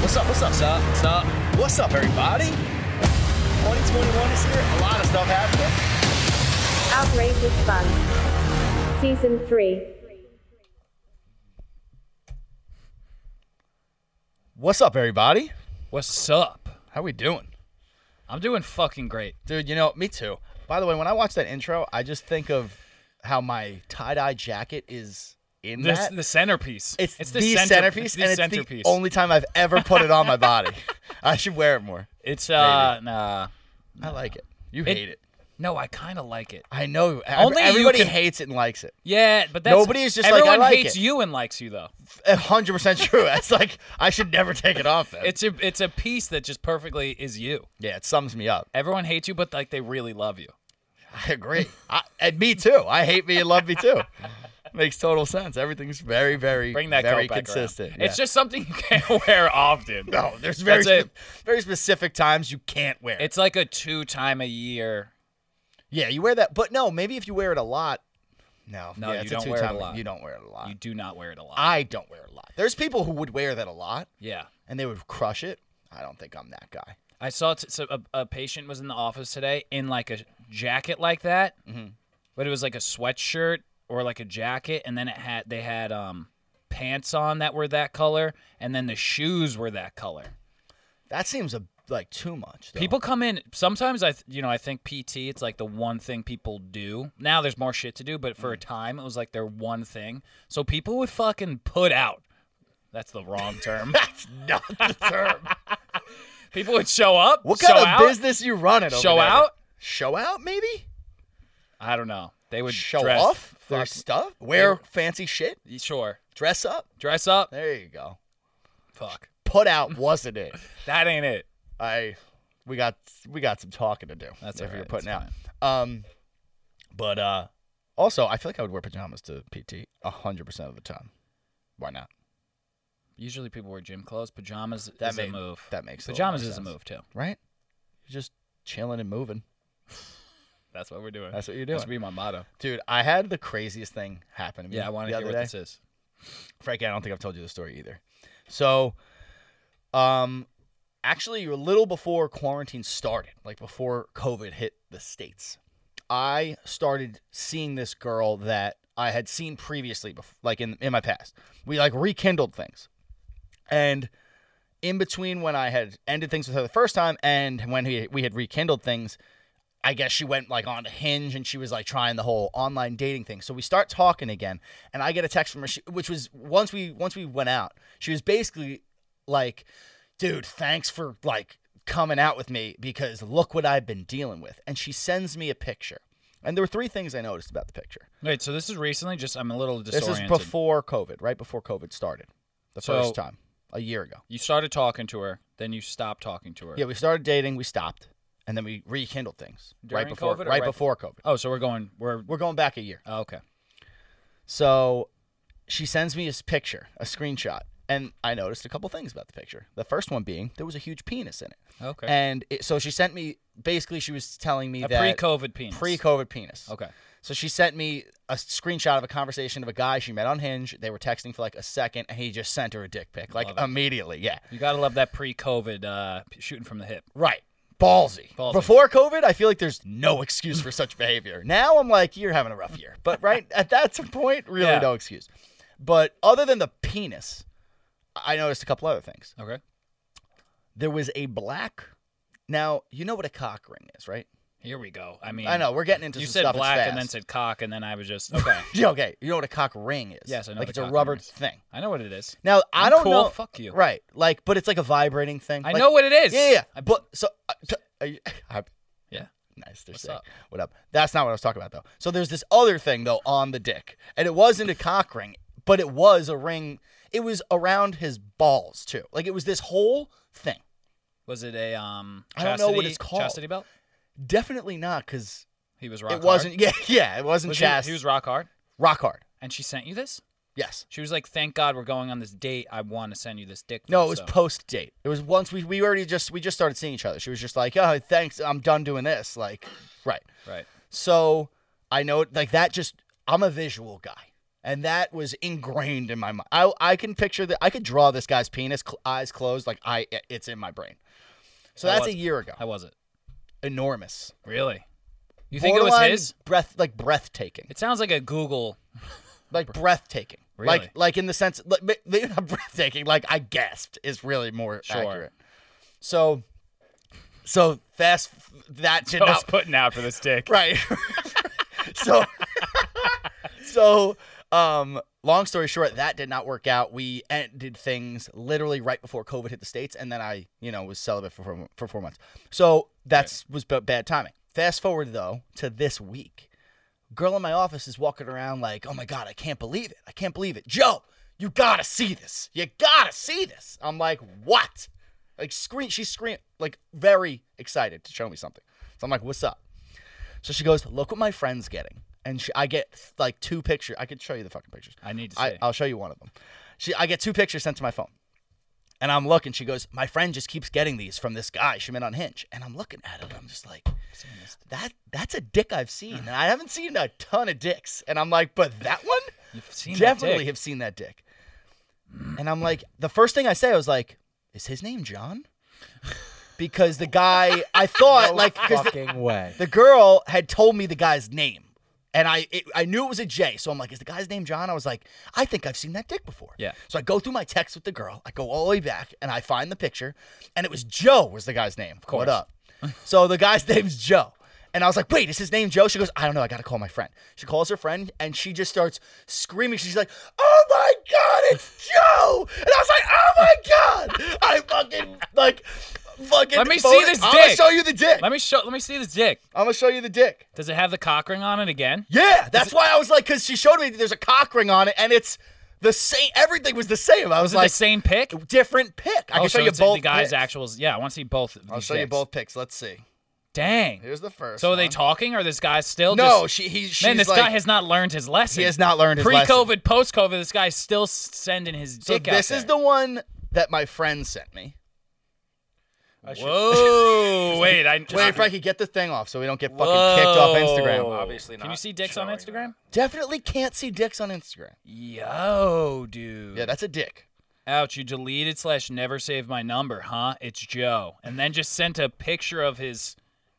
What's up? What's up, Sup? What's up? What's up, everybody? 2021 is here. A lot of stuff happening. Outrageous Fun. Season 3. What's up, everybody? What's up? How we doing? I'm doing fucking great. Dude, you know, me too. By the way, when I watch that intro, I just think of how my tie-dye jacket is in This that. the centerpiece. it's, the, centerpiece, center- it's the and it's centerpiece. the only time I've ever put it on my body. I should wear it more. It's uh nah. I like it. You It- hate it. No, I kind of like it. I know. Only you everybody can- hates it and likes it. Yeah, but that's Nobody is just like, I everyone like hates it. you and likes you though. A hundred percent true. That's like I should never take it off. Then. It's a it's a piece that just perfectly is you. yeah, it sums me up. Everyone hates you, but like they really love you. I agree. I, and me too. I hate me and love me too. Makes total sense. Everything's very, very, Bring that very coat back around. consistent. It's Yeah. just something you can't wear often. no. There's very, That's it. spe- very specific times you can't wear. it. It's like a two time a year. yeah, you wear that, but no. Maybe if you wear it a lot. No, No, yeah, you it's a don't wear it two-time a thing. lot. You don't wear it a lot. You do not wear it a lot. I don't wear it a lot. There's people who would wear that a lot, yeah. and they would crush it. I don't think I'm that guy. I saw t- so a, a patient was in the office today in like a jacket like that, Mm-hmm. but it was like a sweatshirt or like a jacket, and then it had they had um pants on that were that color, and then the shoes were that color. That seems a, like too much. Though. People come in sometimes. I th- you know I think PT it's like the one thing people do now. There's more shit to do, but Mm. for a time it was like their one thing. So people would fucking put out. That's the wrong term. That's not the term. people would show up. What show kind of out. business you running? Over Show there? out? Show out? Maybe I don't know. They would show dress off fuck- their stuff. Wear fancy shit. Sure. Dress up. Dress up. There you go. Fuck. Put out wasn't it? That ain't it. I we got we got some talking to do. That's if all you're right, putting out. that's Um, but uh, also I feel like I would wear pajamas to PT hundred percent of the time. Why not? Usually people wear gym clothes. Pajamas That is make- a move. that makes a little pajamas more is a sense. move too. Right? You're just chilling and moving. That's what we're doing. That's what you're That doing, should be my motto. dude. I had the craziest thing happen to me. Yeah, I want the to hear other day. what this is. Frankie, I don't think I've told you the story either. So, um, actually, a little before quarantine started, like before COVID hit the states, I started seeing this girl that I had seen previously, bef- like in in my past. We like rekindled things, and in between when I had ended things with her the first time and when we, we had rekindled things, I guess she went like on Hinge and she was like trying the whole online dating thing. So we start talking again, and I get a text from her, she, which was once we once we went out, she was basically like, "Dude, thanks for like coming out with me because look what I've been dealing with." And she sends me a picture, and there were three things I noticed about the picture. Wait, so this is recently. Just I'm a little This is disoriented. before COVID, right before COVID started, the So- first time a year ago. you started talking to her, then you stopped talking to her. Yeah, we started dating, we stopped, and then we rekindled things right During before COVID or right, right- before COVID. Oh, so we're going. We're We're going back a year. oh, okay. So she sends me a picture, a screenshot, and I noticed a couple things about the picture. The first one being there was a huge penis in it. Okay. And it, so she sent me basically she was telling me a that pre-COVID penis. pre-COVID penis. Okay. So she sent me a screenshot of a conversation of a guy she met on Hinge. They were texting for like a second, and he just sent her a dick pic like immediately. Yeah. You gotta love that pre-COVID uh, p- shooting from the hip. Right. Ballsy. Ballsy. Before COVID, I feel like there's no excuse for such behavior. Now I'm like, you're having a rough year. But right at that point, really Yeah. no excuse. But other than the penis, I noticed a couple other things. Okay. There was a black. Now, you know what a cock ring is, right? Here we go. I mean, I know, we're getting into You some said stuff, it's black and then fast. said cock, and then I was just okay. Yeah, okay. You know what a cock ring is? Yes, I know Like what a it's a cock rubber ring is. thing. I know what it is. Now, I I'm don't cool, know. fuck you. Right. Like, but it's like a vibrating thing. I Like- know what it is. Yeah, yeah, yeah. I- but so, uh, t- are you- I- Yeah. Nice. They're What's sick. up? What up? That's not what I was talking about though. So there's this other thing though on the dick, and it wasn't a cock ring, but it was a ring. It was around his balls too. Like it was this whole thing. Was it a um? I don't know what chastity- it's called. Chastity belt. Definitely not because He was rock. it hard? wasn't. Yeah, yeah, it wasn't Was he, chast. he was rock hard, rock hard. and she sent you this. Yes. She was like, "Thank God we're going on this date. I want to send you this dick." No, pic, it was so." post date. It was once we we already just we just started seeing each other. She was just like, oh, thanks. I'm done doing this. Like, right. right. So I know like that just I'm a visual guy. and that was ingrained in my mind. I, I can picture that. I could draw this guy's penis, cl- eyes closed, like I. It's in my brain. So How that's was a it? year ago. How was it? Enormous. Really? You think it was Borderline his? Breath like breathtaking, It sounds like a Google. like breathtaking. Really? Like like in the sense like ma- maybe not breathtaking. Like I gasped is really more Sure. accurate. So, so fast that did not putting out for this dick. Right. so so um long story short, that did not work out. We ended things literally right before COVID hit the states and then I, you know, was celibate for four, for 4 months. So that's was b- bad timing. Fast forward though to this week. Girl in my office is walking around like, "Oh my god, I can't believe it. I can't believe it. Joe, you got to see this. You got to see this." I'm like, "What?" Like scream she screamed like very excited to show me something. So I'm like, "What's up?" So she goes, "Look what my friend's getting," and she, I get like two pictures. I could show you the fucking pictures. I need to see. I, I'll show you one of them. She, I get two pictures sent to my phone, and I'm looking. She goes, "My friend just keeps getting these from this guy she met on Hinge," and I'm looking at it. I'm just like, "That that's a dick I've seen, and I haven't seen a ton of dicks." And I'm like, "But that one, You've seen that definitely dick. have seen that dick." And I'm like, the first thing I say, I was like, "Is his name John?" Because the guy, I thought like 'cause the- Fucking way. the girl had told me the guy's name, and I it, I knew it was a J. So I'm like, is the guy's name John? I was like, I think I've seen that dick before. Yeah. So I go through my text with the girl. I go all the way back, and I find the picture, and it was Joe was the guy's name. Of course. What up? so the guy's name's Joe. And I was like, wait, is his name Joe? She goes, I don't know. I got to call my friend. She calls her friend and she just starts screaming. She's like, oh my God, it's Joe. And I was like, oh my God. I fucking, like, fucking. Let me see voted- this I'm going to dick. show you the dick. Let me show. Let me see this dick. I'm going to show you the dick. Does it have the cock ring on it again? Yeah, that's why I was like, because she showed me there's a cock ring on it, and it's the same. Everything was the same. I was, Is it like, the same pick? different pick. I oh, can show so you it's like both. The guy's picks. actuals. Yeah, I want to see both. of I'll these show you dicks. both picks. Let's see. Dang. Here's the first. so are they one. talking, or this guy's still? No, just- she he she's Man, this like, guy has not learned his lesson. he has not learned his lesson. Pre-COVID, post-COVID, this guy's still s- sending his So dick out. this is there. the one that my friend sent me. Whoa! wait, I Wait, Frankie, get the thing off so we don't get fucking kicked off Instagram. Whoa. Obviously Can you not see dicks on showing Instagram? Definitely can't see dicks on Instagram. Yo, dude. Yeah, that's a dick. Ouch, you deleted slash never saved my number, huh? It's Joe. And then just sent a picture of his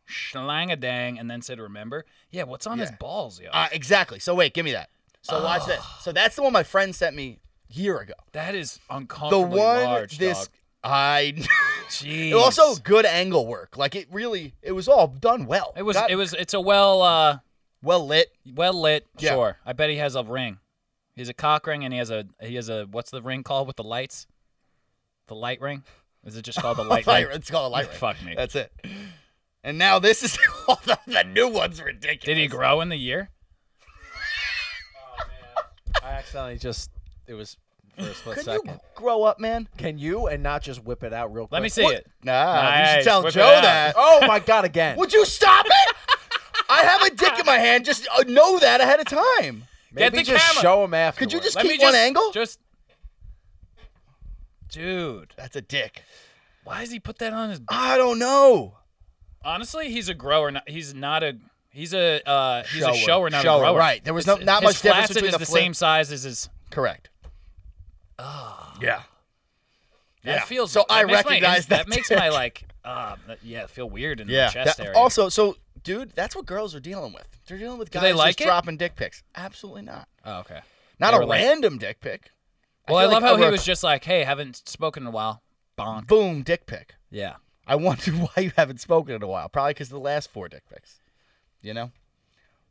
schlangadang and then said, remember? Yeah, what's on his Yeah. balls, yo? Uh, exactly. So wait, give me that. So watch this. So that's the one my friend sent me year ago. that is The uncomfortably one large, this dog. I Jeez. It also good angle work. Like it really, it was all done well. It was, Got- it was, it's a well, uh, well lit. well lit, Yeah. sure. I bet he has a ring. He has a cock ring and he has a, he has a, what's the ring called with the lights? The light ring? Is it just called the light Light, ring? it's called a light ring. Fuck me. That's it. And now this is all the, the new one's ridiculous. Did he grow in the year? I accidentally just. It was for a split Could second. you grow up, man? Can you and not just whip it out real quick? Let me see it. Nah, you Nice. should tell Whip it Joe out. that. Oh my god! Again. Would you stop it? I have a dick in my hand. Just uh, know that ahead of time. Maybe Get the just camera. show him after. Could you just Let me keep one just- angle? Just, dude, That's a dick. why does he put that on his? I don't know. Honestly, he's a grower. Not, he's not a. He's a. Uh, he's Shower. a shower, not Shower, a grower. right. There was no- not his much difference flaccid between is the the flip- same size as his. Correct. Ah. Yeah. Yeah. That feels. So that I makes my- recognize that that. makes my dick. like. Uh, that- yeah, I feel weird in Yeah. the chest that- area. also, so dude, that's what girls are dealing with. They're dealing with guys they like just it? dropping dick pics. Absolutely not. Oh, okay. Not They a were like- random dick pic. Well, I, feel love like how he over- was just like, "Hey, haven't spoken in a while." Bonk. boom dick pic. Yeah. I wonder why you haven't spoken in a while. Probably because the last four dick pics. You know,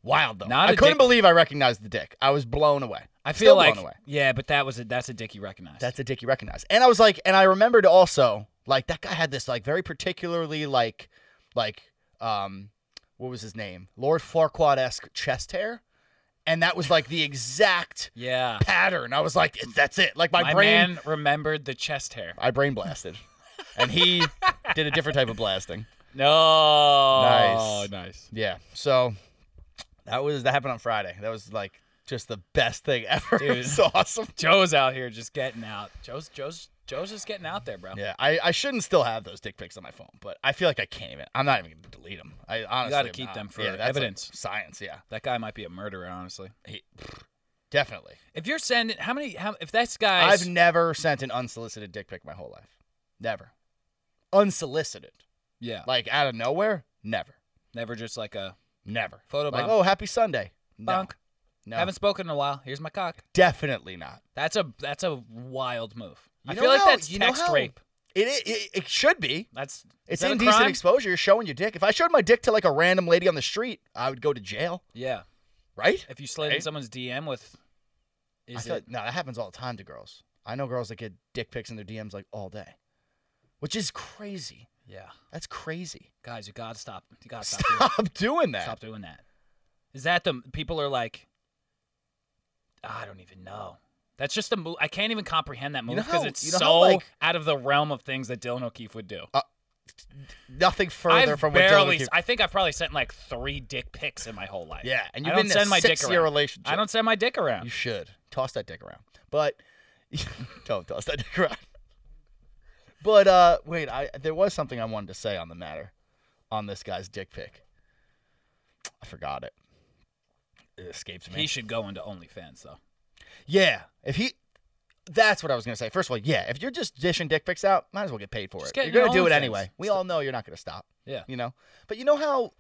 wild though. Not I a couldn't dick- believe I recognized the dick. I was blown away. I Still feel like. blown away. Yeah, but that was a. That's a dick you recognize. That's a dick you recognize. And I was like, and I remembered also, like that guy had this like very particularly like, like, um, what was his name? Lord Farquaad esque chest hair, and that was like the exact yeah. pattern. I was like, that's it. Like my, My brain, man remembered the chest hair. I brain blasted, and he did a different type of blasting. No. Nice. Nice. Yeah. So that was that happened on Friday. That was like just the best thing ever. It was awesome. Joe's out here just getting out. Joe's Joe's Joe's just getting out there, bro. Yeah, I, I shouldn't still have those dick pics on my phone, but I feel like I can't even. I'm not even gonna delete them. I honestly gotta am keep not. them for Yeah, that's like evidence. science, yeah. That guy might be a murderer, honestly. He- Definitely. If you're sending how many how if this guy's I've never sent an unsolicited dick pic my whole life. Never. Unsolicited. yeah Like out of nowhere? Never. never just like a Never. Photobomb. Like, oh, happy Sunday. No. bunk. No. Haven't spoken in a while. Here's my cock. Definitely not. That's a that's a wild move. I You know feel like how- that's you know text how- rape. It, i- it, it should be. That's is It's that a indecent crime? exposure. You're showing your dick. If I showed my dick to like a random lady on the street, I would go to jail, yeah. right? If you slid in Right? someone's DM with, I is feel it like- no, that happens all the time to girls. I know girls that get dick pics in their DMs like all day, which is crazy. yeah? That's crazy. Guys, you gotta stop. You gotta stop. Doing, Stop doing that. stop doing that. Is that the people are like? I don't even know. That's just a move. I can't even comprehend that move know because how- it's you know so how, like- out of the realm of things that Dylan O'Keefe would do. Nothing further I've from what Dylan barely. O'Keefe- I think I've probably sent like three dick pics in my whole life. Yeah, and I you've don't been in a send my dick six-year around. relationship. I don't send my dick around. You should toss that dick around, but don't toss that dick around. But uh, wait, I there was something I wanted to say on the matter, on this guy's dick pic. I forgot it. It escapes me. He should go into OnlyFans though. yeah, if he, that's what I was gonna say. First of all, yeah, if you're just dishing dick pics out, might as well get paid for Just it. get You're your gonna do it OnlyFans. anyway. We all know you're not gonna stop. Yeah. You know, but you know how,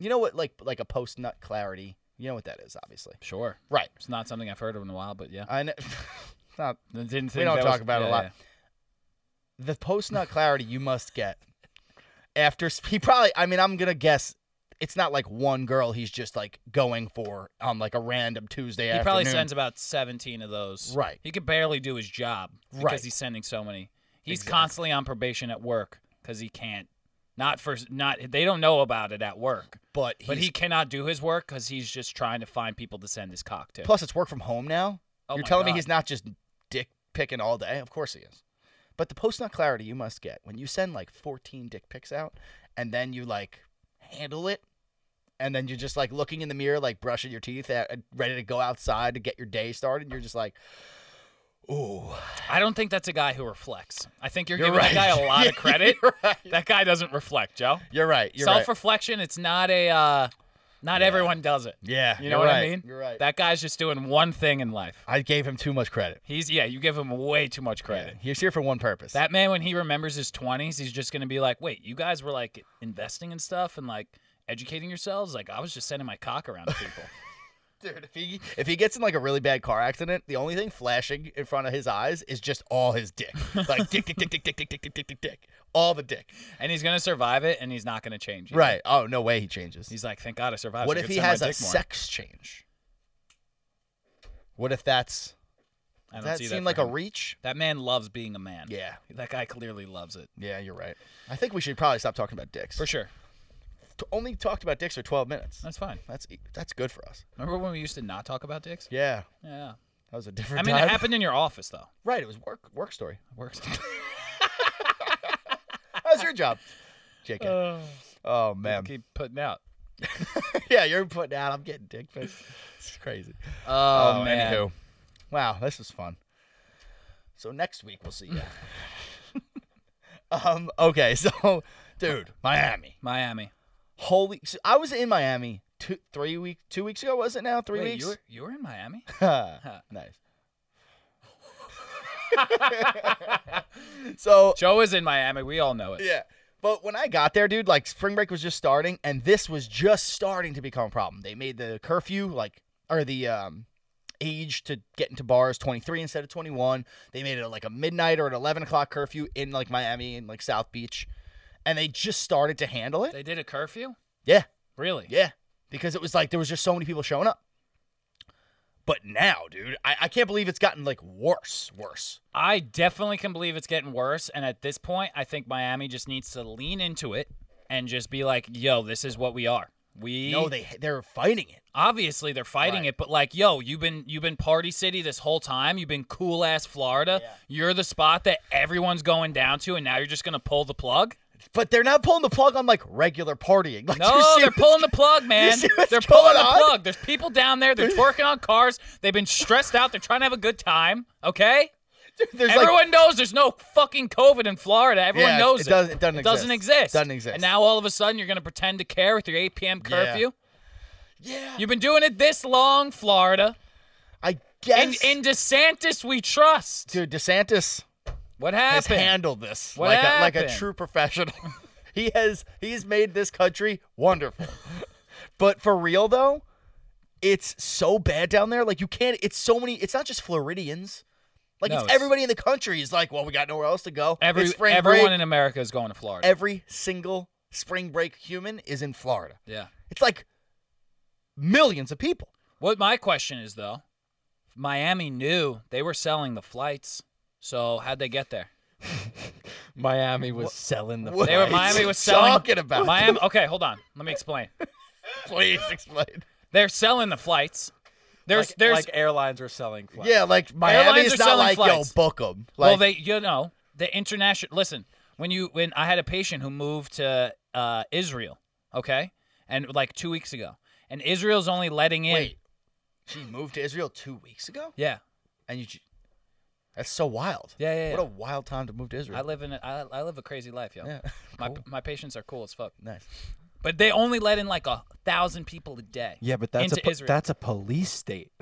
you know what, like like a post nut clarity. You know what that is, obviously. Sure. Right. It's not something I've heard of in a while, but yeah. I know. not I didn't think we don't that talk was- about it a yeah, lot. yeah. The post nut clarity you must get after s- he probably. I mean, I'm gonna guess it's not like one girl he's just like going for on like a random Tuesday He afternoon. probably sends about 17 of those. Right. He could barely do his job because Right. he's sending so many. He's Exactly. constantly on probation at work because he can't. Not for not they don't know about it at work, but but he's- he cannot do his work because he's just trying to find people to send his cock to. plus it's work from home now. Oh You're my telling me God. he's not just dick picking all day. Of course he is. But the post nut clarity you must get when you send like 14 dick pics out, and then you like handle it. And then you're just like looking in the mirror, like brushing your teeth, at, ready to go outside to get your day started. And you're just like, ooh, I don't think that's a guy who reflects. I think you're, You're giving right. that guy a lot of credit. You're right. That guy doesn't reflect, Joe. You're right. You're right. Self-reflection. It's not a. uh Not everyone does it. Yeah, You know you're what I right. mean? You're right. That guy's just doing one thing in life. I gave him too much credit. He's yeah, you give him way too much credit. He was here for one purpose. That man when he remembers his 20s, he's just going to be like, "Wait, you guys were like investing in stuff and like educating yourselves? Like I was just sending my cock around to people." dude, if he if he gets in like a really bad car accident, the only thing flashing in front of his eyes is just all his dick, like dick, dick, dick, dick, dick, dick, dick, dick, dick, dick, dick, all the dick. and he's going to survive it and he's not going to change it. Right. Oh no way he changes. He's like, "Thank God I survived." what so I if could he send my has a dick more." sex change? What if that's I don't that see seem for like a him. reach? That man loves being a man. Yeah. That guy clearly loves it. Yeah, you're right. I think we should probably stop talking about dicks. For sure. T- Only talked about dicks for 12 minutes. That's fine. That's e- that's good for us. Remember when we used to not talk about dicks? Yeah, Yeah. that was a different. I mean, time. it happened in your office though. Right, it was work work story. Works. How's your job, JK? Uh, oh man, Keep putting out. yeah, you're putting out. I'm getting dick pics. It's crazy. Oh, man. anywho. wow, this was fun. So next week we'll see you. um, okay, so dude, Miami, Miami. holy! So I was in Miami two, three week, two weeks ago. Was it now three Wait, weeks? you were, you were in Miami? nice. so Joe is in Miami. We all know it. Yeah. But when I got there, dude, like spring break was just starting, and this was just starting to become a problem. They made the curfew, like, or the um, age to get into bars 23 instead of 21. They made it like a midnight or an 11 o'clock curfew in like Miami and like South Beach. And they just started to handle it. They did a curfew? Yeah. Really? Yeah. Because it was like there was just so many people showing up. But now, dude, I, I can't believe it's gotten like worse, worse. I definitely can believe it's getting worse. And at this point, I think Miami just needs to lean into it and just be like, yo, this is what we are. We No, they they're fighting it. obviously they're fighting Right. it, but like, yo, you've been you've been party city this whole time. You've been cool ass Florida. You're the spot that everyone's going down to, and now you're just gonna pull the plug. But they're not pulling the plug on like regular partying. Like, you No, see they're what- pulling the plug, man. see what's They're going pulling the on? plug. There's people down there. They're twerking on cars. They've been stressed out. They're trying to have a good time. Okay. There's Everyone knows there's no fucking COVID in Florida. Everyone Yeah, it- knows it it. doesn't- it doesn't exist. exist. Doesn't exist. And now all of a sudden you're going to pretend to care with your 8 p.m. curfew. yeah. You've been doing it this long, Florida. I In, guess. in DeSantis, we trust. Dude, DeSantis What has happened? handled this What like a, like a happened? true professional. he has he's made this country wonderful. but for real though, it's so bad down there. Like you can't. It's so many. It's not just Floridians. Like No, it's, it's- everybody in the country is like, well, we got nowhere else to go. Every, It's spring everyone break. in America is going to Florida. every single spring break human is in Florida. yeah. It's like millions of people. What my question is though, Miami knew they were selling the flights, so how'd they get there? Miami was selling the. What They were are you Miami was selling. talking about? Miami. Okay, hold on. Let me explain. Please explain. They're selling the flights. There's like, there's like airlines were selling. Flights. Yeah, like Airlines Miami's are not selling like flights. yo book them. Like, well they you know the international. Listen, when you when I had a patient who moved to uh, Israel, okay, and like two weeks ago, and Israel's only letting in. wait. She moved to Israel two weeks ago, Yeah, and you. ju- That's so wild. Yeah, yeah, What yeah. a wild time to move to Israel. I live in a, I, I live a crazy life, yo. yeah, My my patients are cool as fuck, nice. but they only let in like a thousand people a day. Yeah, but that's into a po- Israel. that's a police state.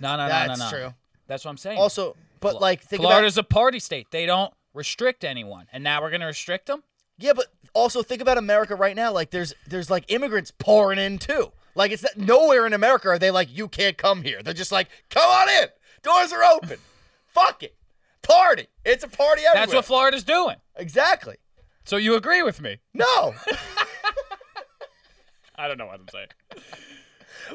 No, no, no, That's no, no. true. That's what I'm saying. Also, but like think Florida's about a party state. They don't restrict anyone, and now we're gonna restrict them. yeah, but also think about America right now. Like there's there's like immigrants pouring in too. Like it's that nowhere in America are they like you can't come here. They're just like come on in, doors are open. Fuck it, party. It's a party everywhere. That's what Florida's doing. exactly. So you agree with me? No, I don't know what I'm saying.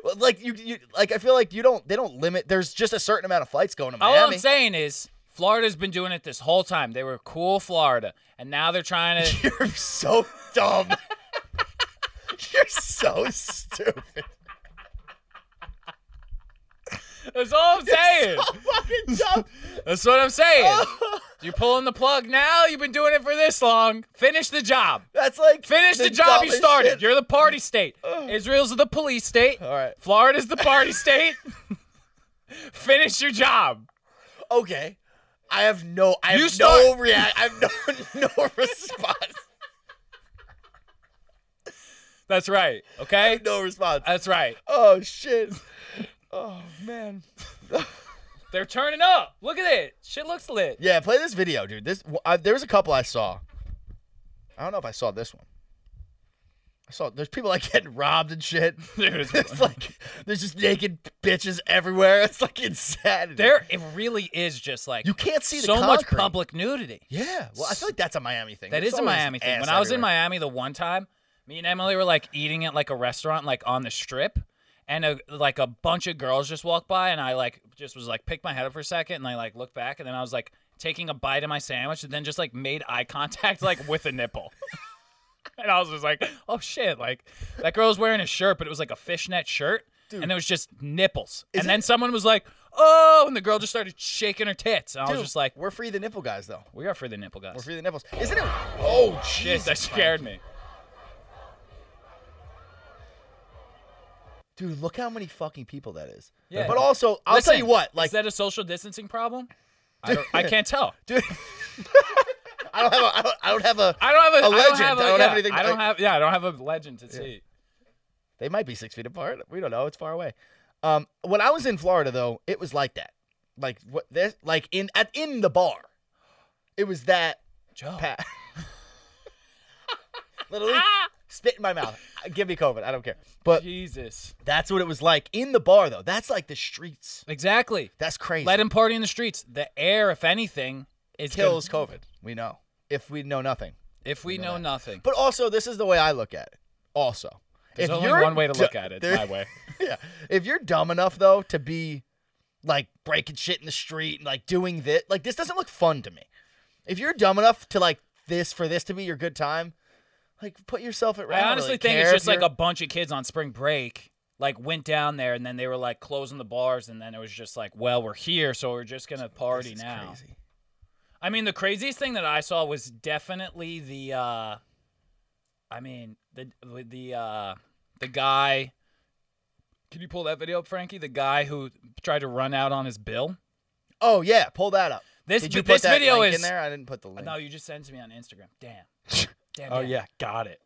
Well, like you, you, like I feel like you don't. They don't limit. There's just a certain amount of flights going to All Miami. I'm saying is Florida's been doing it this whole time. They were cool Florida, and now they're trying to. You're so dumb. You're so stupid. That's all I'm saying. Fucking dumb. That's what I'm saying. You're pulling the plug now. You've been doing it for this long. Finish the job. That's like Finish the, job you dumbest started. shit. You're the party state. Israel's the police state. All right. Florida's the party state. Finish your job. okay. I have no. I have You no start- react. I have no no response. That's right. Okay? No response. That's right. oh shit. Oh man. They're turning up. Look at it. Shit looks lit. Yeah, play this video, dude. This I, there was a couple I saw. I don't know if I saw this one. I saw there's people like getting robbed and shit. Dude, It's like there's just naked bitches everywhere. It's like insanity. There it really is just like you can't see the so much concrete. public nudity. Yeah, well, I feel like that's a Miami thing. That There's is a always Miami thing. ass When I was in everywhere. Miami the one time, me and Emily were like eating at like a restaurant like on the strip and a, like a bunch of girls just walked by and I like just was like picked my head up for a second and I like looked back and then I was like taking a bite of my sandwich and then just like made eye contact like with a nipple. and I was just like, "Oh shit, like that girl was wearing a shirt, but it was like a fishnet shirt." And it was just nipples. and then someone was like, "Oh!" And the girl just started shaking her tits. And I was Dude, just like, we're free the nipple guys though. "We are for the nipple guys." We're free the nipples. Isn't it? Oh Shit, Jesus, that scared me. dude! Look how many fucking people that is. Yeah. But also, I'll tell Listen, you what. Like, is that a social distancing problem? I, don't, I can't tell. dude, I don't have a. I don't, I don't have a. I don't have a, A legend. I I don't don't have, a- have yeah, anything- I don't I- have. Yeah, I don't have a legend to see. They might be six feet apart. We don't know. It's far away. Um, when I was in Florida, though, it was like that. Like what? This, like in at in the bar, it was that. Joe, Pat. Literally Ah! spit in my mouth. Give me COVID. I don't care. But Jesus, that's what it was like in the bar, though. That's like the streets. exactly. That's crazy. Let him party in the streets. The air, if anything, is kills gonna- COVID. We know if we know nothing. If we know nothing, But also, this is the way I look at it. Also, there's if only you're one way to du- look at it. there- My way. yeah. If you're dumb enough though to be like breaking shit in the street and like doing this, like this doesn't look fun to me. If you're dumb enough to like this for this to be your good time, like put yourself at. I don't honestly really think it's care if just like you're- a bunch of kids on spring break. Like went down there and then they were like closing the bars and then it was just like, well, we're here, so we're just gonna party This is now. crazy. I mean, the craziest thing that I saw was definitely the. Uh, I mean, the with the uh, the guy. Can you pull that video up, Frankie? The guy who tried to run out on his bill. Oh yeah, pull that up. This Did you this put that video link is. in there? I didn't put the link. No, you just sent it to me on Instagram. Damn. Damn. Oh damn. yeah, got it.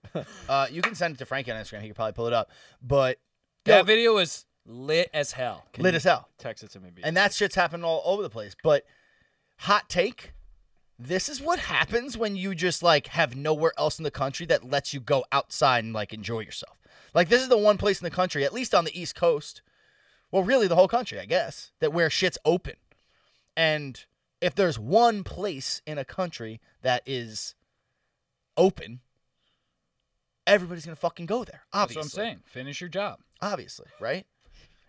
Uh, you can send it to Frankie on Instagram. He could probably pull it up. But That Yo, video was lit as hell. lit as hell. Text it to me. And that shit's happened all over the place. But hot take, this is what happens when you just like have nowhere else in the country that lets you go outside and like enjoy yourself. Like this is the one place in the country, at least on the East Coast, well, really the whole country, I guess, that where shit's open. And if there's one place in a country that is open, everybody's gonna fucking go there. That's Obviously what I'm saying. Finish your job. obviously, right?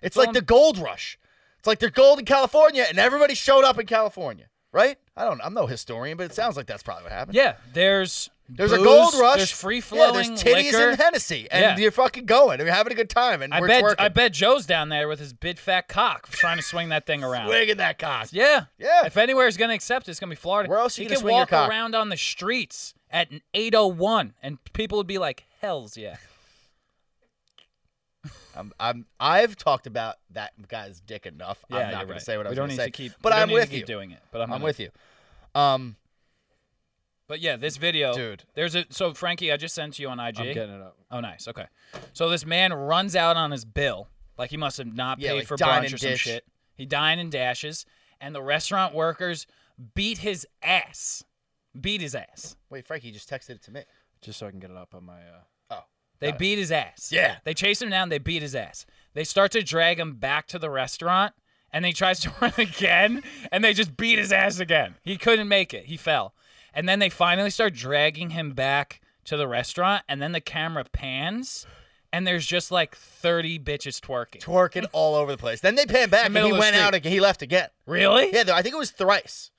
It's Well, like the gold rush. It's like the gold in California, and everybody showed up in California, right? I don't. I'm no historian, but it sounds like that's probably what happened. Yeah, there's There's a booze, gold rush. There's free Yeah, flowing there's titties liquor. and Hennessy, and Yeah. you're fucking going. and You're having a good time, and I we're bet twerking. I bet Joe's down there with his big fat cock trying to swing that thing around. Wigging that cock. Yeah. Yeah. If anywhere is going to accept it, it's going to be Florida. Where else you you gonna could swing your walk cock? around on the streets at an 801 and people would be like, "Hells yeah." I'm, I'm. I've talked about that guy's dick enough. Yeah, I'm not you're gonna right. say what I we was don't gonna need say. to keep but we don't I'm need to with keep you. doing it. But I'm, I'm gonna- with you. Um, But yeah, this video. Dude. There's a so Frankie, I just sent to you on IG. I'm getting it up. Oh, nice. Okay. So this man runs out on his bill. Like he must have not Yeah, paid like for dine brunch and or some dish. shit. He dined and dashes, and the restaurant workers beat his ass. Beat his ass. wait, Frankie just texted it to me. Just so I can get it up on my. Uh, Oh, They beat his ass. Yeah. They chase him down. They beat his ass. They start to drag him back to the restaurant, and he tries to run again, and they just beat his ass again. He couldn't make it. He fell. And then they finally start dragging him back to the restaurant, and then the camera pans, and there's just like 30 bitches twerking. twerking all over the place. Then they pan back, and middle he of the went street. out again. He left again. Really? Yeah, though, I think it was thrice.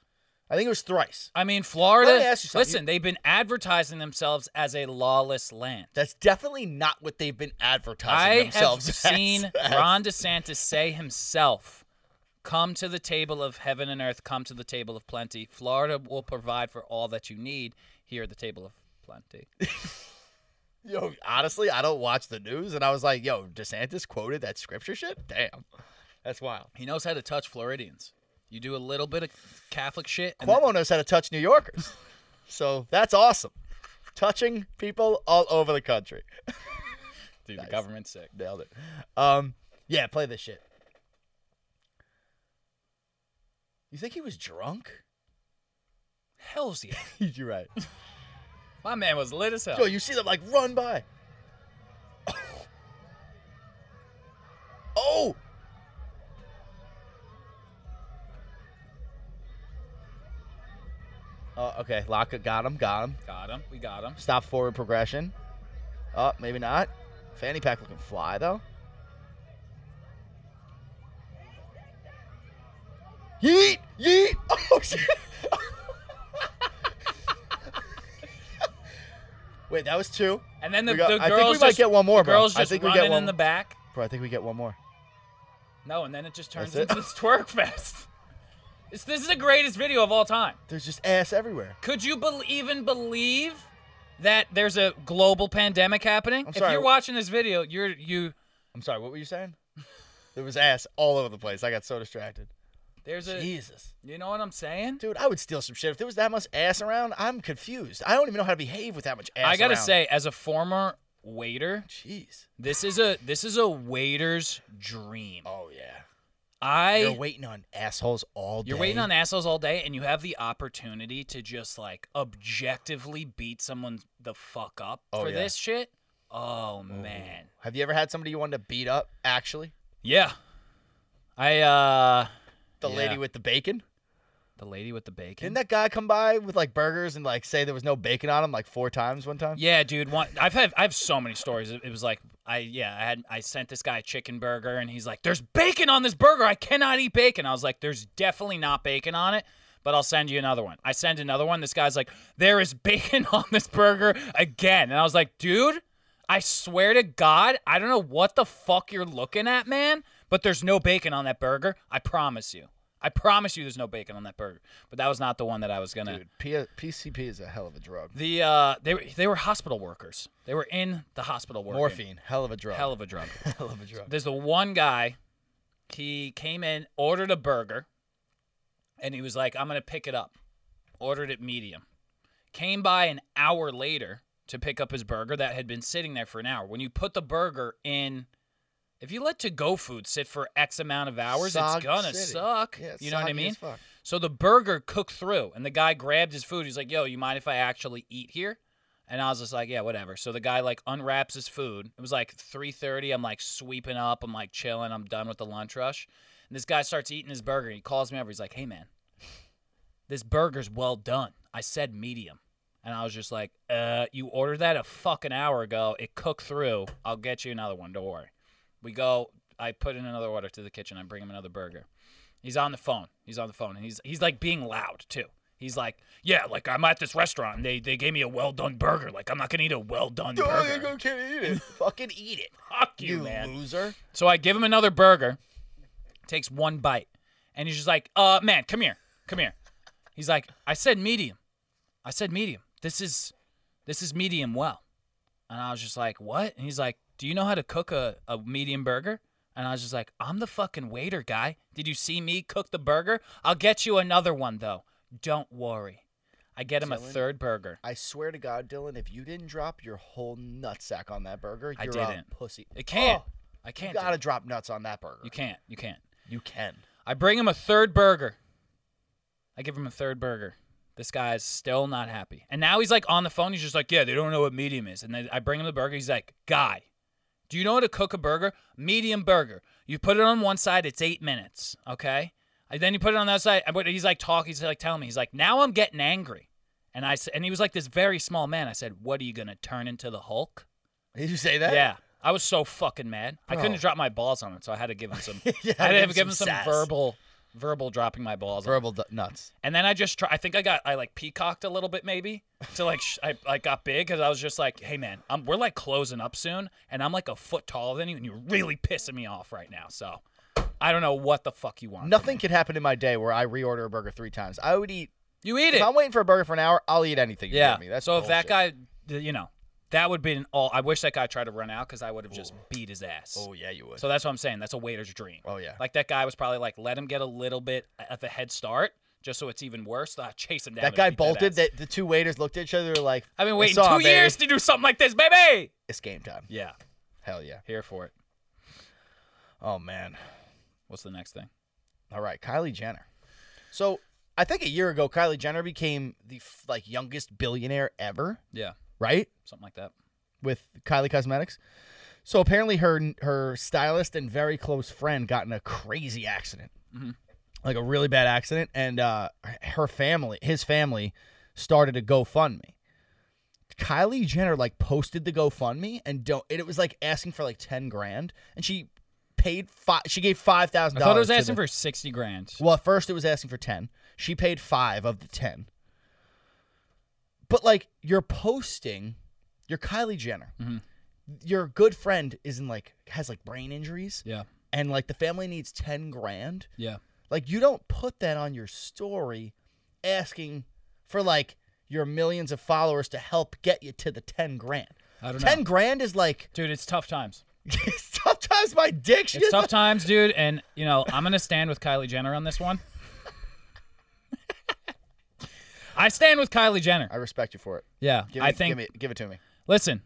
I think it was thrice. I mean, Florida. Let me ask you something. Listen, they've been advertising themselves as a lawless land. That's definitely not what they've been advertising I have themselves as. seen Ron DeSantis say himself, "Come to the table of heaven and earth. Come to the table of plenty. Florida will provide for all that you need. Here, at the table of plenty." Yo, honestly, I don't watch the news, and I was like, "Yo, DeSantis quoted that scripture shit. Damn, that's wild." He knows how to touch Floridians. You do a little bit of Catholic shit. and Cuomo knows how to touch New Yorkers, so that's awesome. Touching people all over the country. dude, the government's sick. Nailed it. Um, yeah, play this shit. You think he was drunk? Hell's yeah. You're right. My man was lit as hell. Yo, you see them like run by. oh! Uh, okay, lock it. Got him. Got him. got him. We got him. Stop forward progression. Oh, maybe not. Fanny pack looking fly though. Yeet! Yeet! Oh shit! Wait, that was two. And then the, We got- the I girls think we just, might get one more, the bro. girls I just think we get running one in mo- the back. Bro, I think we get one more. No, and then it just turns That's it. into this twerk fest. It's, this is the greatest video of all time. There's just ass everywhere. Could you bel even believe that there's a global pandemic happening? I'm If sorry. you're watching this video, you're you I'm sorry, what were you saying? there was ass all over the place. I got so distracted. there's a Jesus. you know what I'm saying? Dude, I would steal some shit. If there was that much ass around, I'm confused. I don't even know how to behave with that much ass I gotta around. say, as a former waiter, Jeez. this is a this is a waiter's dream. Oh, yeah. I You're waiting on assholes all day. You're waiting on assholes all day, and you have the opportunity to just like objectively beat someone the fuck up Oh, for yeah. this shit. Oh man, Have you ever had somebody you wanted to beat up, actually? yeah. I uh, The lady Yeah. with the bacon? the lady with the bacon. Didn't that guy come by with like burgers and like say there was no bacon on him like four times one time? Yeah, dude. One, I've had I have so many stories. It, it was like I yeah I had I sent this guy a chicken burger and he's like, "There's bacon on this burger. I cannot eat bacon." I was like, "There's definitely not bacon on it." But I'll send you another one. I send another one. This guy's like, "There is bacon on this burger again," and I was like, "Dude, I swear to God, I don't know what the fuck you're looking at, man. But there's no bacon on that burger. I promise you. I promise you, there's no bacon on that burger." But that was not the one that I was gonna. Dude, P- PCP is a hell of a drug. The uh, they were they were hospital workers. They were in the hospital working. Morphine, hell of a drug. Hell of a drug. hell of a drug. There's the one guy. He came in, ordered a burger, and he was like, "I'm gonna pick it up." Ordered it medium. Came by an hour later to pick up his burger that had been sitting there for an hour. When you put the burger in If you let to go food sit for X amount of hours, Sog it's gonna City. suck. Yeah, it's you know what I soggy mean? as fuck. So the burger cooked through, and the guy grabbed his food. He's like, "Yo, you mind if I actually eat here?" And I was just like, "Yeah, whatever." So the guy like unwraps his food. It was like 3:30. I'm like sweeping up. I'm like chilling. I'm done with the lunch rush. And this guy starts eating his burger. And he calls me over. He's like, "Hey, man, this burger's well done." I said medium, and I was just like, "Uh, you ordered that a fucking hour ago. It cooked through. I'll get you another one. Don't worry." We go. I put in another order to the kitchen. I bring him another burger. He's on the phone. He's on the phone, and he's he's like being loud too. He's like, yeah, like I'm at this restaurant. And they they gave me a well done burger. Like I'm not gonna eat a well done Oh, you burger. go can't eat it. Fucking eat it. Fuck you, you man. loser. So I give him another burger. Takes one bite, and he's just like, uh, man, come here, come here. He's like, I said medium. I said medium. This is this is medium well. And I was just like, what? And he's like, do you know how to cook a, a medium burger? And I was just like, I'm the fucking waiter guy. Did you see me cook the burger? I'll get you another one though. Don't worry. I get him a Dylan? third burger. I swear to God, Dylan, if you didn't drop your whole nutsack on that burger, I you're didn't. a pussy. It can't. Oh, I can't. you do gotta it. drop nuts on that burger. you can't. You can't. You can. I bring him a third burger. I give him a third burger. This guy's still not happy. And now he's like on the phone. He's just like, yeah, they don't know what medium is. And then I bring him the burger. He's like, guy, do you know how to cook a burger? Medium burger. You put it on one side, it's eight minutes. Okay. And then you put it on the other side. But he's like talking. He's like telling me. He's like, now I'm getting angry. And I s- and he was like this very small man. I said, what are you gonna turn into the Hulk? Did you say that? Yeah. I was so fucking mad. I couldn't Bro. drop my balls on him, so I had to give him some. Oh. Yeah, I had to give give, him him some some, sass. verbal, verbal dropping my balls. on him. Verbal d- nuts. And then I just try. I think I got I like peacocked a little bit maybe to like sh- I like got big because I was just like, hey man, I'm, we're like closing up soon, and I'm like a foot taller than you, and you're really pissing me off right now. So I don't know what the fuck you want. from Nothing me. could happen in my day where I reorder a burger three times. I would eat. You eat If it. I'm waiting for a burger for an hour, I'll eat anything. you Yeah. give me. That's so if that bullshit. guy, th- you know, that would be an all. I wish that guy tried to run out because I would have just beat his ass. Oh yeah, you would. So that's what I'm saying. That's a waiter's dream. Oh, yeah. Like that guy was probably like, let him get a little bit of a head start, just so it's even worse. I chase him down. that and guy beat bolted. ass. That the two waiters looked at each other like, I've been "It's waiting on, two baby. years to do something like this, baby. It's game time. Yeah, Hell yeah. here for it. Oh man. What's the next thing? All right, Kylie Jenner. So I think a year ago, Kylie Jenner became the f- like youngest billionaire ever, Yeah, right? something like that. With Kylie Cosmetics. So apparently, her her stylist and very close friend got in a crazy accident, Mm-hmm. like a really bad accident, and uh, her family, his family, started a GoFundMe. Kylie Jenner like posted the GoFundMe and don't and it was like asking for like ten grand, and she paid five. She gave five thousand I dollars. thought it was asking for sixty grand. Well, at first it was asking for 10. She paid 5 of the 10. But like you're posting, you're Kylie Jenner. Mm-hmm. Your good friend is in like has like brain injuries Yeah, and like the family needs 10 grand. yeah. Like you don't put that on your story asking for like your millions of followers to help get you to the 10 grand. I don't 10 know, grand is like dude. It's tough times. sometimes my dick she It's doesn't- tough times, dude. And you know, I'm gonna stand with Kylie Jenner on this one. I stand with Kylie Jenner. I respect you for it. Yeah, Give I it- think give, it, give it to me. Listen,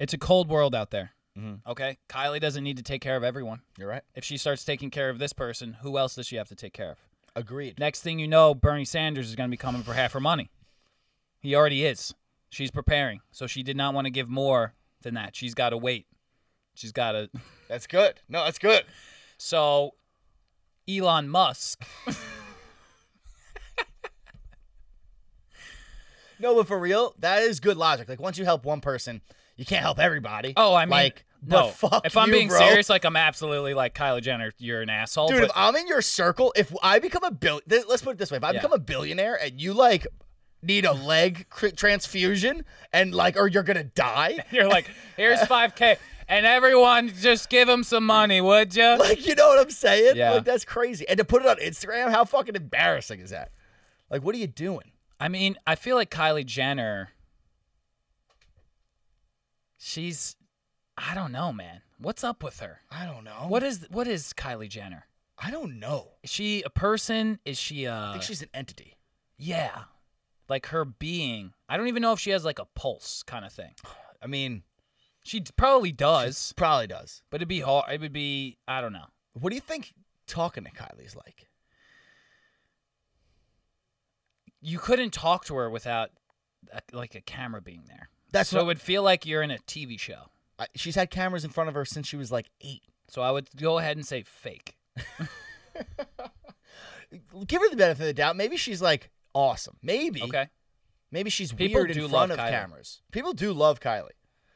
it's a cold world out there. Mm-hmm. Okay, Kylie doesn't need to take care of everyone. You're right. If she starts taking care of this person, who else does she have to take care of? Agreed. Next thing you know, Bernie Sanders is going to be coming for half her money. He already is. She's preparing, so she did not want to give more than that. She's got to wait. She's got to. That's good. No, that's good. So, Elon Musk. No, but for real, that is good logic. Like once you help one person, you can't help everybody. Oh, I mean, like no. but fuck if I'm you, being bro. serious, like I'm absolutely like Kylie Jenner. You're an asshole. dude. but- if I'm in your circle, if I become a bill, th- let's put it this way: if I Yeah. become a billionaire and you like need a leg cr- transfusion and like, or you're gonna die, You're like, here's 5K. And everyone, just give him some money, would you? like you know what I'm saying? Yeah. Like that's crazy. And to put it on Instagram, how fucking embarrassing is that? Like, what are you doing? I mean, I feel like Kylie Jenner, she's, I don't know, man. What's up with her? I don't know. What is what is Kylie Jenner? I don't know. Is she a person? Is she a I think she's an entity. yeah? Like her being, I don't even know if she has like a pulse kind of thing. I mean, She d- probably does, Probably does. but it'd be hard. It would be I don't know. What do you think talking to Kylie's like? You couldn't talk to her without a, like a camera being there. That's so it what would feel like you're in a TV show. I, she's had cameras in front of her since she was like eight. So I would go ahead and say fake. Give her the benefit of the doubt. Maybe she's like awesome. Maybe. Okay. Maybe she's People weird do in front love of Kylie. cameras. People do love Kylie,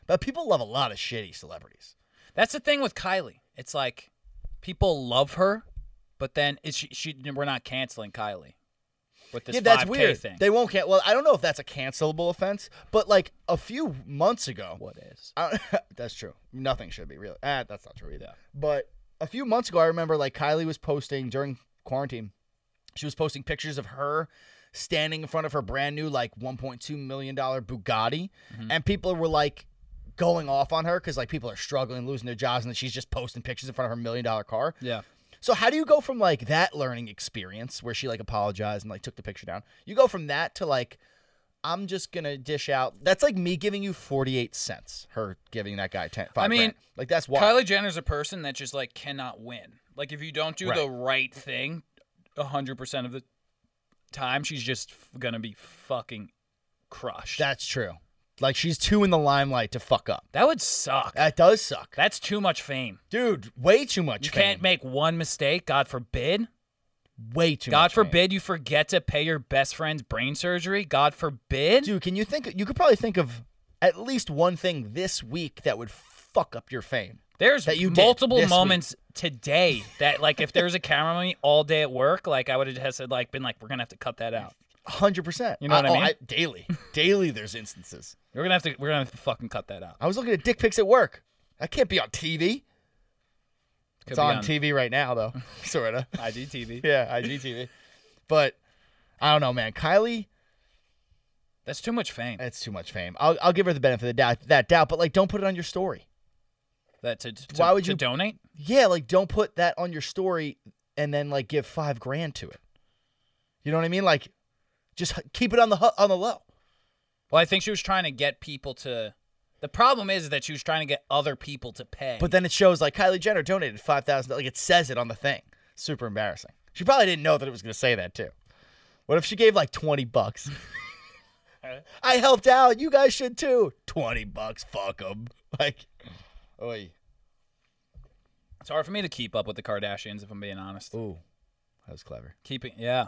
but people love a lot of shitty celebrities. That's the thing with Kylie. It's like people love her, but then it's she, she we're not canceling Kylie with this yeah, that's 5K weird. thing. They won't can. Well, I don't know if that's a cancelable offense, but like a few months ago, what is? I don't- that's true. Nothing should be really. Ah, that's not true either. But a few months ago, I remember like Kylie was posting during quarantine. She was posting pictures of her standing in front of her brand new like 1.2 million dollar Bugatti, Mm-hmm. and people were like going off on her because like people are struggling, losing their jobs, and then she's just posting pictures in front of her million dollar car. Yeah. So how do you go from like that learning experience where she like apologized and like took the picture down? You go from that to like I'm just gonna dish out. That's like me giving you 48 cents. Her giving that guy 10. Five I mean, grand. like that's why. Kylie Jenner's a person that just like cannot win. Like if you don't do the right thing, hundred percent of the time, she's just f- gonna be fucking crushed. that's true. Like she's too in the limelight to fuck up. that would suck. That does suck, That's too much fame. dude. Way too much. You can't fame. make one mistake. God forbid. way too. God much fame. forbid you forget to pay your best friend's brain surgery. God forbid. dude. Can you think? You could probably think of at least one thing this week that would fuck up your fame. There's that you did multiple this week. moments today that like if there was a camera on me all day at work, like I would have just said like been like we're gonna have to cut that out. Hundred percent. You know what I oh, mean? daily, daily. There's instances. We're gonna have to we're gonna have to fucking cut that out. I was looking at dick pics at work. I can't be on TV. It's Could be on, TV right now, though. Sorta. IGTV. yeah, IGTV. But I don't know, man. Kylie, That's too much fame. that's too much fame. I'll, I'll give her the benefit of the doubt, that doubt, but like, don't put it on your story. That to, to Why would to you- donate? Yeah, like, don't put that on your story and then like give five grand to it. You know what I mean? Like, just h- keep it on the hu- on the low. Well, I think she was trying to get people to. The problem is that she was trying to get other people to pay. But then it shows like Kylie Jenner donated five thousand. Like it says it on the thing. Super embarrassing. She probably didn't know that it was going to say that too. What if she gave like twenty bucks? I helped out. You guys should too. Twenty bucks. Fuck them. Like, oi. it's hard for me to keep up with the Kardashians if I'm being honest. Ooh, that was clever. Keeping, yeah,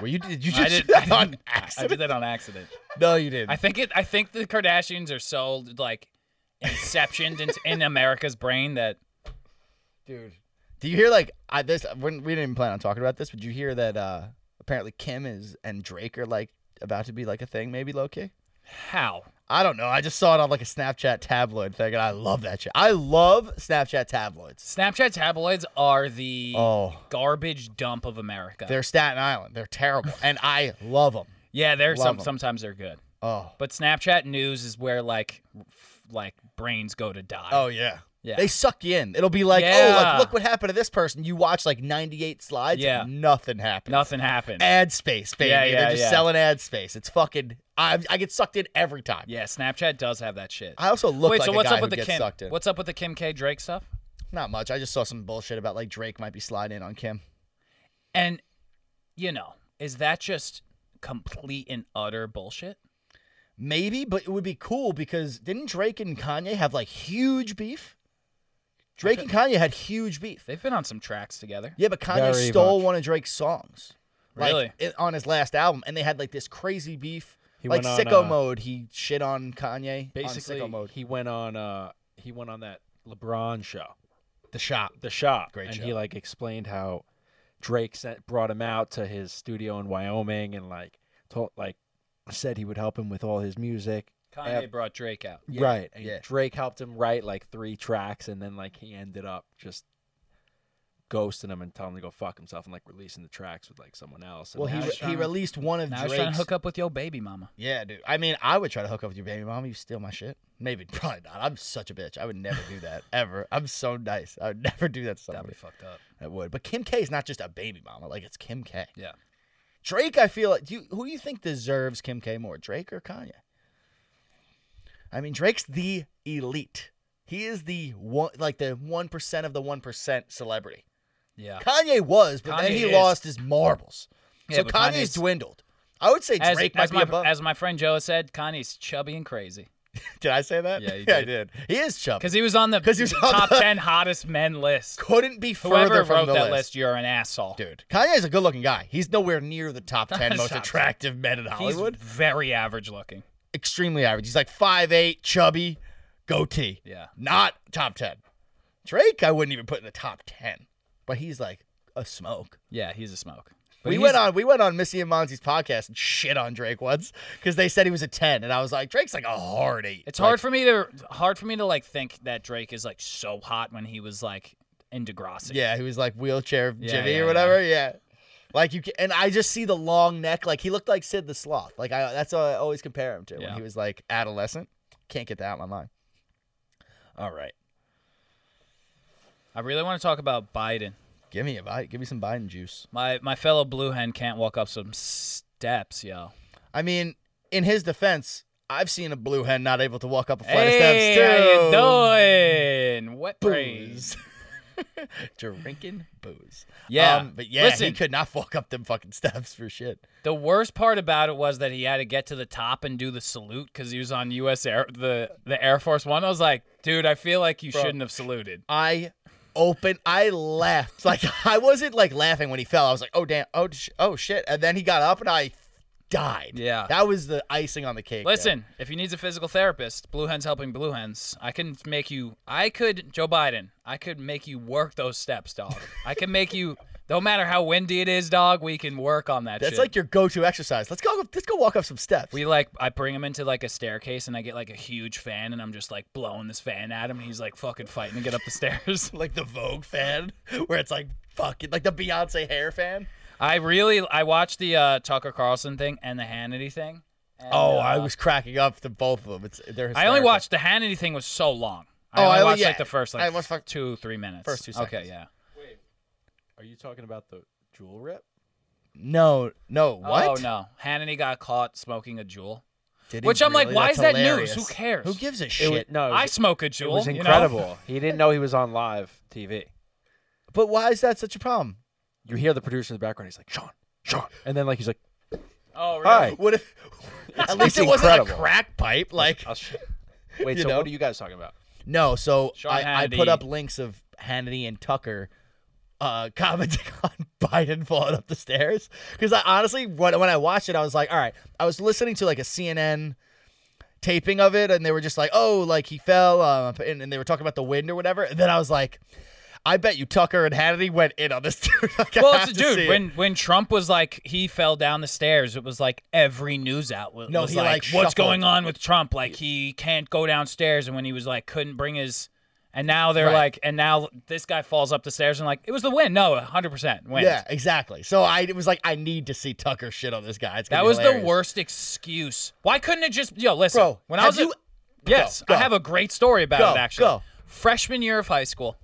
Were you? Did you I just did, do that I on did- I accident? did that on accident. No, you didn't. I think it. I think the Kardashians are so like inceptioned in, in America's brain that dude. Do you hear like I this? We didn't we didn't even plan on talking about this, but you hear that uh apparently Kim is and Drake are like about to be like a thing, maybe low key. how I don't know. I just saw it on like a Snapchat tabloid thing, and I love that shit. I love Snapchat tabloids. Snapchat tabloids are the Oh, garbage dump of America. they're Staten Island. They're terrible, and I love them. yeah, they're love some, 'em. sometimes they're good, Oh, but Snapchat news is where like f- like brains go to die. oh yeah, Yeah. They suck you in. It'll be like, oh, Yeah. like, look what happened to this person. You watch like 98 slides. Yeah. and nothing happened. nothing happened. Ad space, baby. Yeah, yeah, they're just yeah. selling ad space. It's fucking. I I get sucked in every time. Yeah, Snapchat does have that shit. I also look Wait, like so a what's guy up with who the gets Kim? sucked in. What's up with the Kim K Drake stuff? Not much. I just saw some bullshit about like Drake might be sliding in on Kim. And you know, is that just complete and utter bullshit? Maybe, but it would be cool because didn't Drake and Kanye have like huge beef? Drake and Kanye had huge beef. They've been on some tracks together. Yeah, but Kanye Very stole much. one of Drake's songs. like, Really? i- on his last album, and they had like this crazy beef. He like went on, sicko uh, mode, he shit on Kanye. Basically, on sicko mode. he went on. Uh, he went on that LeBron show, The shop. the shop, Great and show. he like explained how Drake sent, brought him out to his studio in Wyoming and like told like said he would help him with all his music. Kanye Yeah. brought Drake out. right. And yeah. Drake helped him write like three tracks, and then like he ended up just ghosting him and telling him to go fuck himself and like releasing the tracks with like someone else. and Well, now he uh, re- he's he's he trying to- released one of Now he's Drake's. trying to hook up with yo baby mama. Yeah, dude. I mean, I would try to hook up with your baby mama. You steal my shit? Maybe, probably not. I'm such a bitch. I would never do that ever. I'm so nice. I would never do that to That'd somebody. be fucked up. I would. But Kim K is not just a baby mama. Like it's Kim K. Yeah. Drake, I feel like do you, who do you think deserves Kim K more, Drake or Kanye? I mean, Drake's the elite. He is the one, like the one percent of the one percent celebrity. Yeah. Kanye was, but then Kanye he is. lost his marbles. Yeah, so but Kanye's, Kanye's- dwindled. I would say As, Drake as might be my, above. as my friend Joe said, Kanye's chubby and crazy did I say that? Yeah, you I did. He is chubby. because he was on the 'Cause he was on top the- ten hottest men list. Couldn't be further Whoever from wrote the that list. list. you're an asshole, dude. Kanye's a good-looking guy. He's nowhere near the top ten most Stop. attractive men in He's Hollywood. very average looking. Extremely average. He's like 5'8", chubby, goatee. Yeah. Not top ten. Drake, I wouldn't even put in the top ten, but he's like a smoke. Yeah, he's a smoke. we he's- went on we went on Missy and Monzi's podcast and shit on Drake once because they said he was a ten, and I was like, Drake's like a hard eight. It's Like, hard for me to hard for me to like think that Drake is like so hot when he was like in Degrassi. Yeah, he was like wheelchair Yeah, Jimmy yeah, or yeah. whatever. Yeah. Like you can, and I just see the long neck. Like he looked like Sid the Sloth. Like I, that's what I always compare him to when Yeah. he was like adolescent. Can't get that out of my mind. All right, I really want to talk about Biden. give me a bite. Give me some Biden juice. My my fellow blue hen can't walk up some steps, yo. I mean, in his defense, I've seen a blue hen not able to walk up a flight Hey, of steps too. how you doing? Wet praise. Booze. Drinking booze. Yeah, but yeah, he listen. could not walk up them fucking steps for shit. The worst part about it was that he had to get to the top and do the salute because he was on U.S. Air the the Air Force One. I was like, dude, I feel like you shouldn't have saluted. I open I laughed. Like I wasn't like laughing when he fell. I was like, "Oh damn. Oh sh- oh shit." And then he got up and I died. Yeah. That was the icing on the cake. there. Listen, if he needs a physical therapist, Blue Hens helping Blue Hens, I can make you. I could, Joe Biden, I could make you work those steps, dog. I can make you. No matter how windy it is, dog, we can work on that. That's shit. like your go-to exercise. Let's go let's go walk up some steps. we like. I bring him into like a staircase, and I get like a huge fan, and I'm just like blowing this fan at him, and he's like fucking fighting to get up the stairs. like the Vogue fan where it's like fucking like the Beyonce hair fan. I really, I watched the uh, Tucker Carlson thing and the Hannity thing. and, Oh, uh, I was cracking up to both of them. It's they're I only hysterical. watched the Hannity thing was so long. I Oh, only I- watched yeah. like the first like I watched, like, two three minutes. first two Okay, seconds. yeah. Are you talking about the jewel rip? No, no. What? Oh no, Hannity got caught smoking a jewel. Did he Which I'm like, really? why That's is that news? hilarious. Who cares? Who gives a It shit? was, no, it I was, smoke a it jewel. was you know? incredible. he didn't know he was on live TV. but why is that such a problem? You hear the producer in the background. He's like, Sean, Sean, and then like he's like, Oh, really? Hi. What if At least it's it wasn't a incredible. crack pipe like I'll sh- Wait, You so know? what are you guys talking about? No, so Sean I, I Hannity. put up links of Hannity and Tucker uh, commenting on Biden falling up the stairs because I honestly when, when I watched it, I was like, all right, I was listening to like a CNN taping of it, and they were just like, oh, like he fell, uh, and, and they were talking about the wind or whatever, and then I was like. I bet you Tucker and Hannity went in on this dude. Like, I Well, have it's, to see dude, it. when when Trump was like he fell down the stairs, it was like every news outlet No, was he, like, like, "What's shuffled. going on with Trump? Like he can't go downstairs." And when he was like, couldn't bring his, and now they're Right. like, and now this guy falls up the stairs and like it was the win. No, hundred percent win. yeah, exactly. So I it was like, I need to see Tucker shit on this guy. It's gonna That be was the hilarious. worst excuse. Why couldn't it just yo listen? Bro, when I have was a- you- yes, go. I have a great story about Go, it actually. go. Freshman year of high school,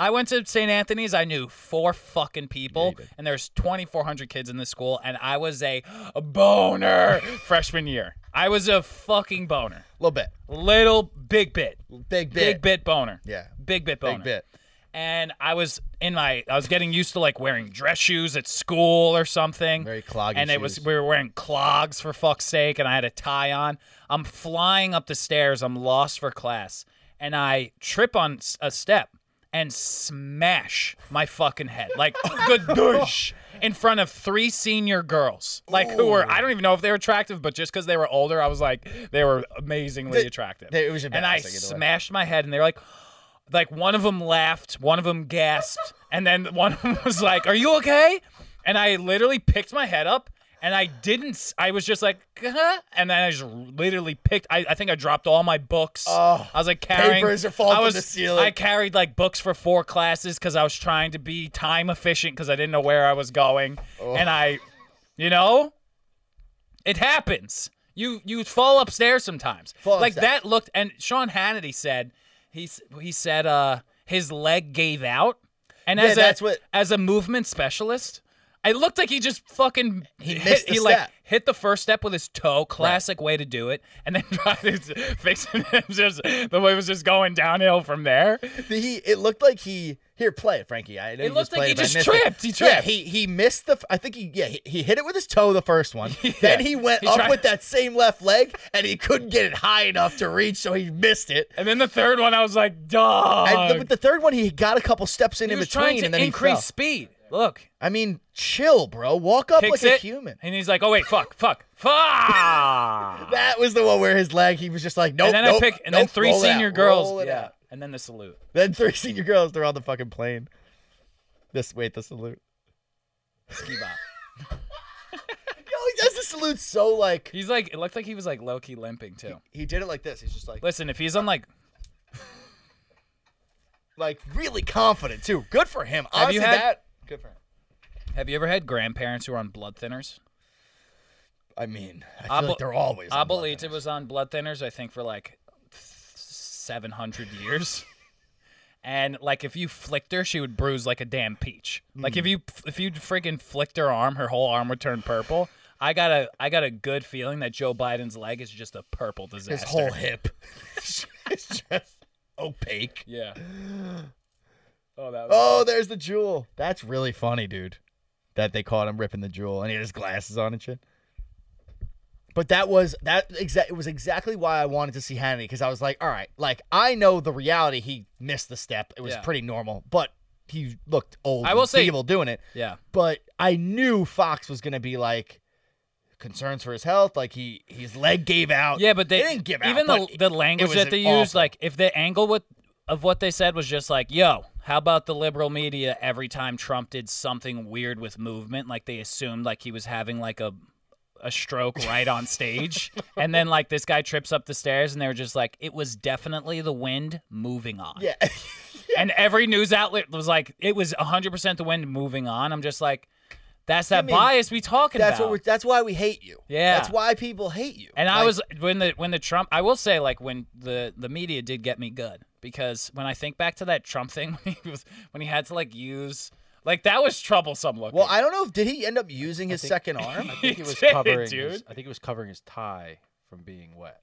I went to St. Anthony's. I knew four fucking people, and there's 2,400 kids in this school, and I was a boner freshman year. I was a fucking boner, little bit, little big bit, big bit, big bit boner, Yeah. big bit boner, big bit. And I was in my, I was getting used to like wearing dress shoes at school or something. Very cloggy And it was shoes. we were wearing clogs for fuck's sake, and I had a tie on. I'm flying up the stairs. I'm lost for class, and I trip on s- a step and smash my fucking head like gadoosh in front of three senior girls, like who were I don't even know if they were attractive, but just because they were older, I was like they were amazingly They- attractive. they- it was and I embarrassing either way. smashed my head, and they were like like one of them laughed, one of them gasped, and then one of them was like, "Are you okay?" And I literally picked my head up, and I didn't. s- I was just like, huh? and then I just literally picked. I, I think I dropped all my books. Oh, I was like carrying. papers are falling I from was, the ceiling. I carried like books for four classes because I was trying to be time efficient because I didn't know where I was going, Oh. and I, you know, it happens. You you fall upstairs sometimes. Fall like upstairs. that looked and Sean Hannity said he s- he said uh his leg gave out. And Yeah, as a, that's what- as a movement specialist, It looked like he just fucking He missed the he like step. hit the first step with his toe. Classic way to do it, and then tried to fix it. it was just, the way was just going downhill from there. He it looked like he here play it, Frankie. I know It you just looked played like he it, but I just missed it. tripped. He Yeah, tripped. he he missed the. f- I think he yeah he, he hit it with his toe the first one. Then he went He up tried- with that same left leg and he couldn't get it high enough to reach, so he missed it. And then the third one, I was like, dog. And the, but the third one, he got a couple steps in he in was between, trying to and then increase he fell. speed. Look, I mean, chill, bro. Walk up kicks like a it, human. and he's like, oh wait, fuck, fuck, fuck. That was the one where his leg. He was just like, nope. and then nope, I pick, and nope, then three roll it out, senior girls, roll it yeah, out. and then the salute. Then three senior girls. They're on the fucking plane. This wait, the salute. Ski bop. Yo, he does the salute so like He's like, it looked like he was like low key limping too. he did it like this. He's just like Listen, if he's on like, like really confident too. Good for him. Have Honestly, you had- that good for him. have you ever had grandparents who are on blood thinners? I mean, I feel like Abel- they're always. on blood Abuelita thinners. was on blood thinners, I think, for like seven hundred years. And like, if you flicked her, she would bruise like a damn peach. Like Mm. if you if you freaking flicked her arm, her whole arm would turn purple. I got a I got a good feeling that Joe Biden's leg is just a purple disaster. his whole hip. it's just opaque. yeah. Oh, that was Oh, there's the jewel. That's really funny, dude. That they caught him ripping the jewel, and he had his glasses on and shit. But that was that exact. It was exactly why I wanted to see Hannity because I was like, all right, like I know the reality. He missed the step. It was Yeah. pretty normal, but he looked old. I will and say- feeble doing it. yeah. But I knew Fox was gonna be like concerns for his health. Like he his leg gave out. Yeah, but they, didn't give out. Even but the it- the it language was that they awful. used, like if the angle with of what they said was just like, "Yo, how about the liberal media? Every time Trump did something weird with movement, like they assumed like he was having like a a stroke right on stage, and then like this guy trips up the stairs, and they were just like, "It was definitely the wind moving on." yeah. And every news outlet was like, "It was 100 percent the wind moving on." I'm just like, "That's that mean, bias we talking That's about." what we're, that's why we hate you. Yeah. That's why people hate you. And I Like, was when the when the Trump I will say like when the the media did get me good because when I think back to that Trump thing when he was when he had to like use like that was troublesome looking. Well, I don't know if did he end up using his second arm? I think he was did, covering. dude. His, I think he was covering his tie from being wet.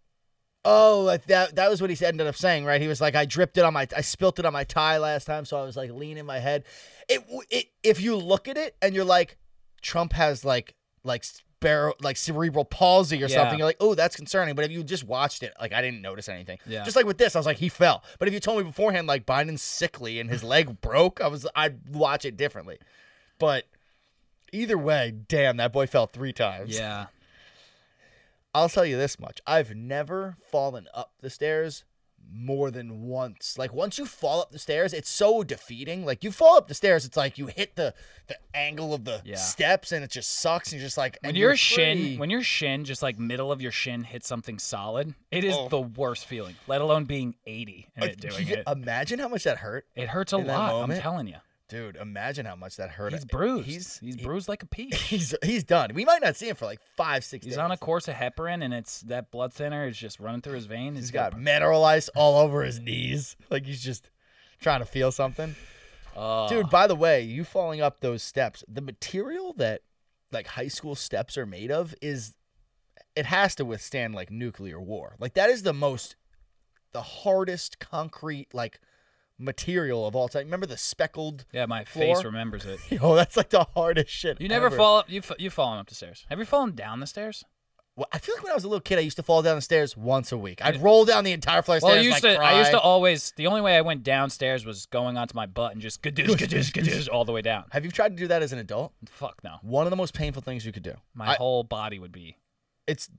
oh, like that that was what he ended up saying, right? He was like, I dripped it on my, I spilt it on my tie last time, so I was like leaning my head. It, w- it if you look at it and you're like, Trump has like like sparrow like cerebral palsy or Yeah. something. You're like, oh, that's concerning. But if you just watched it, like I didn't notice anything. Yeah. Just like with this, I was like, he fell. But if you told me beforehand, like Biden's sickly and his leg broke, I was I'd watch it differently. But either way, damn, that boy fell three times. yeah. I'll tell you this much. I've never fallen up the stairs more than once. Like once you fall up the stairs, it's so defeating. Like you fall up the stairs, it's like you hit the the angle of the Yeah. steps and it just sucks and you're just like When and your you're free. shin when your shin just like middle of your shin hits something solid, it is the worst feeling, let alone being 80 and it Oh. Like, doing yeah, it. Imagine how much that hurt. It hurts a in that lot, I'm moment- telling you. Dude, imagine how much that hurt. He's It- bruised. He's He's he's he- bruised like a peach. he's he's done. We might not see him for like five, six He's days. on a course of heparin and it's that blood thinner is just running through his veins. he's got mineral ice all over his knees. Like he's just trying to feel something. oh, Dude, by the way, you falling up those steps, the material that like high school steps are made of is it has to withstand like nuclear war. Like that is the most the hardest concrete like material of all time. Remember the speckled Yeah, my face floor? remembers it. Oh, that's like the hardest shit. You never ever. fall up. You f- you've fallen up the stairs. Have you fallen down the stairs? Well, I feel like when I was a little kid, I used to fall down the stairs once a week. I'd roll down the entire flight of Well, I stairs. used like, to. I used to cry. always. The only way I went downstairs was going onto my butt and just gadoosh, gadoosh, gadoosh all the way down. Have you tried to do that as an adult? Fuck no. One of the most painful things you could do. My I- whole body would be. it's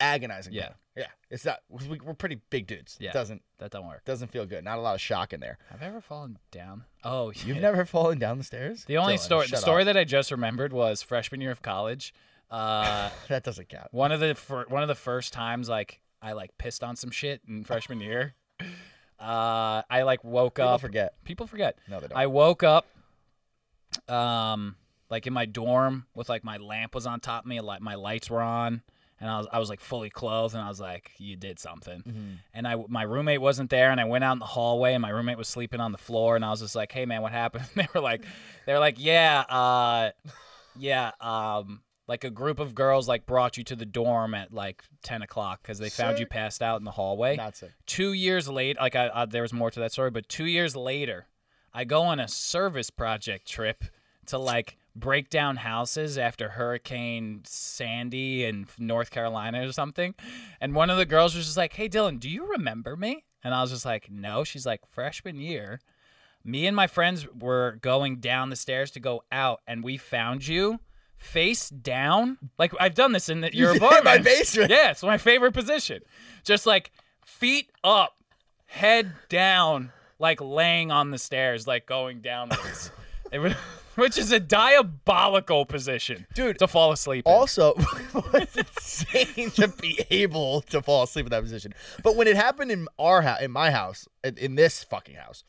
agonizing. Yeah. man. yeah. It's not. 'cause We, we're pretty big dudes. Yeah. It doesn't That don't work. doesn't feel good. Not a lot of shock in there. Have I ever fallen down? Oh, You've yeah. never fallen down the stairs. The only Dylan, story. The shut story up. that I just remembered was freshman year of college. Uh, that doesn't count. one of the fir- one of the first times like I like pissed on some shit in freshman year. Uh, I like woke People up. forget. People forget. No, they don't. I woke up, um, like in my dorm with like my lamp was on top of me, like my lights were on, and I was I was like fully clothed, and I was like, "You did something." Mm-hmm. And I my roommate wasn't there, and I went out in the hallway, and my roommate was sleeping on the floor, and I was just like, "Hey man, what happened?" they were like, they were like, "Yeah, uh." Yeah, um, like a group of girls like brought you to the dorm at like ten o'clock because they found you Sick. passed out in the hallway. Not sick. Two years late, like I, I, there was more to that story, but two years later, I go on a service project trip to like break down houses after Hurricane Sandy in North Carolina or something, and one of the girls was just like, "Hey Dylan, do you remember me?" And I was just like, "No." She's like, "Freshman year." me and my friends were going down the stairs to go out and we found you face down like i've done this in the, your did in apartment my basement. yeah it's my favorite position just like feet up head down like laying on the stairs like going downwards It was- which is a diabolical position Dude, to fall asleep in. Also, it's insane to be able to fall asleep in that position. But when it happened in our house, in my house, in- in this fucking house,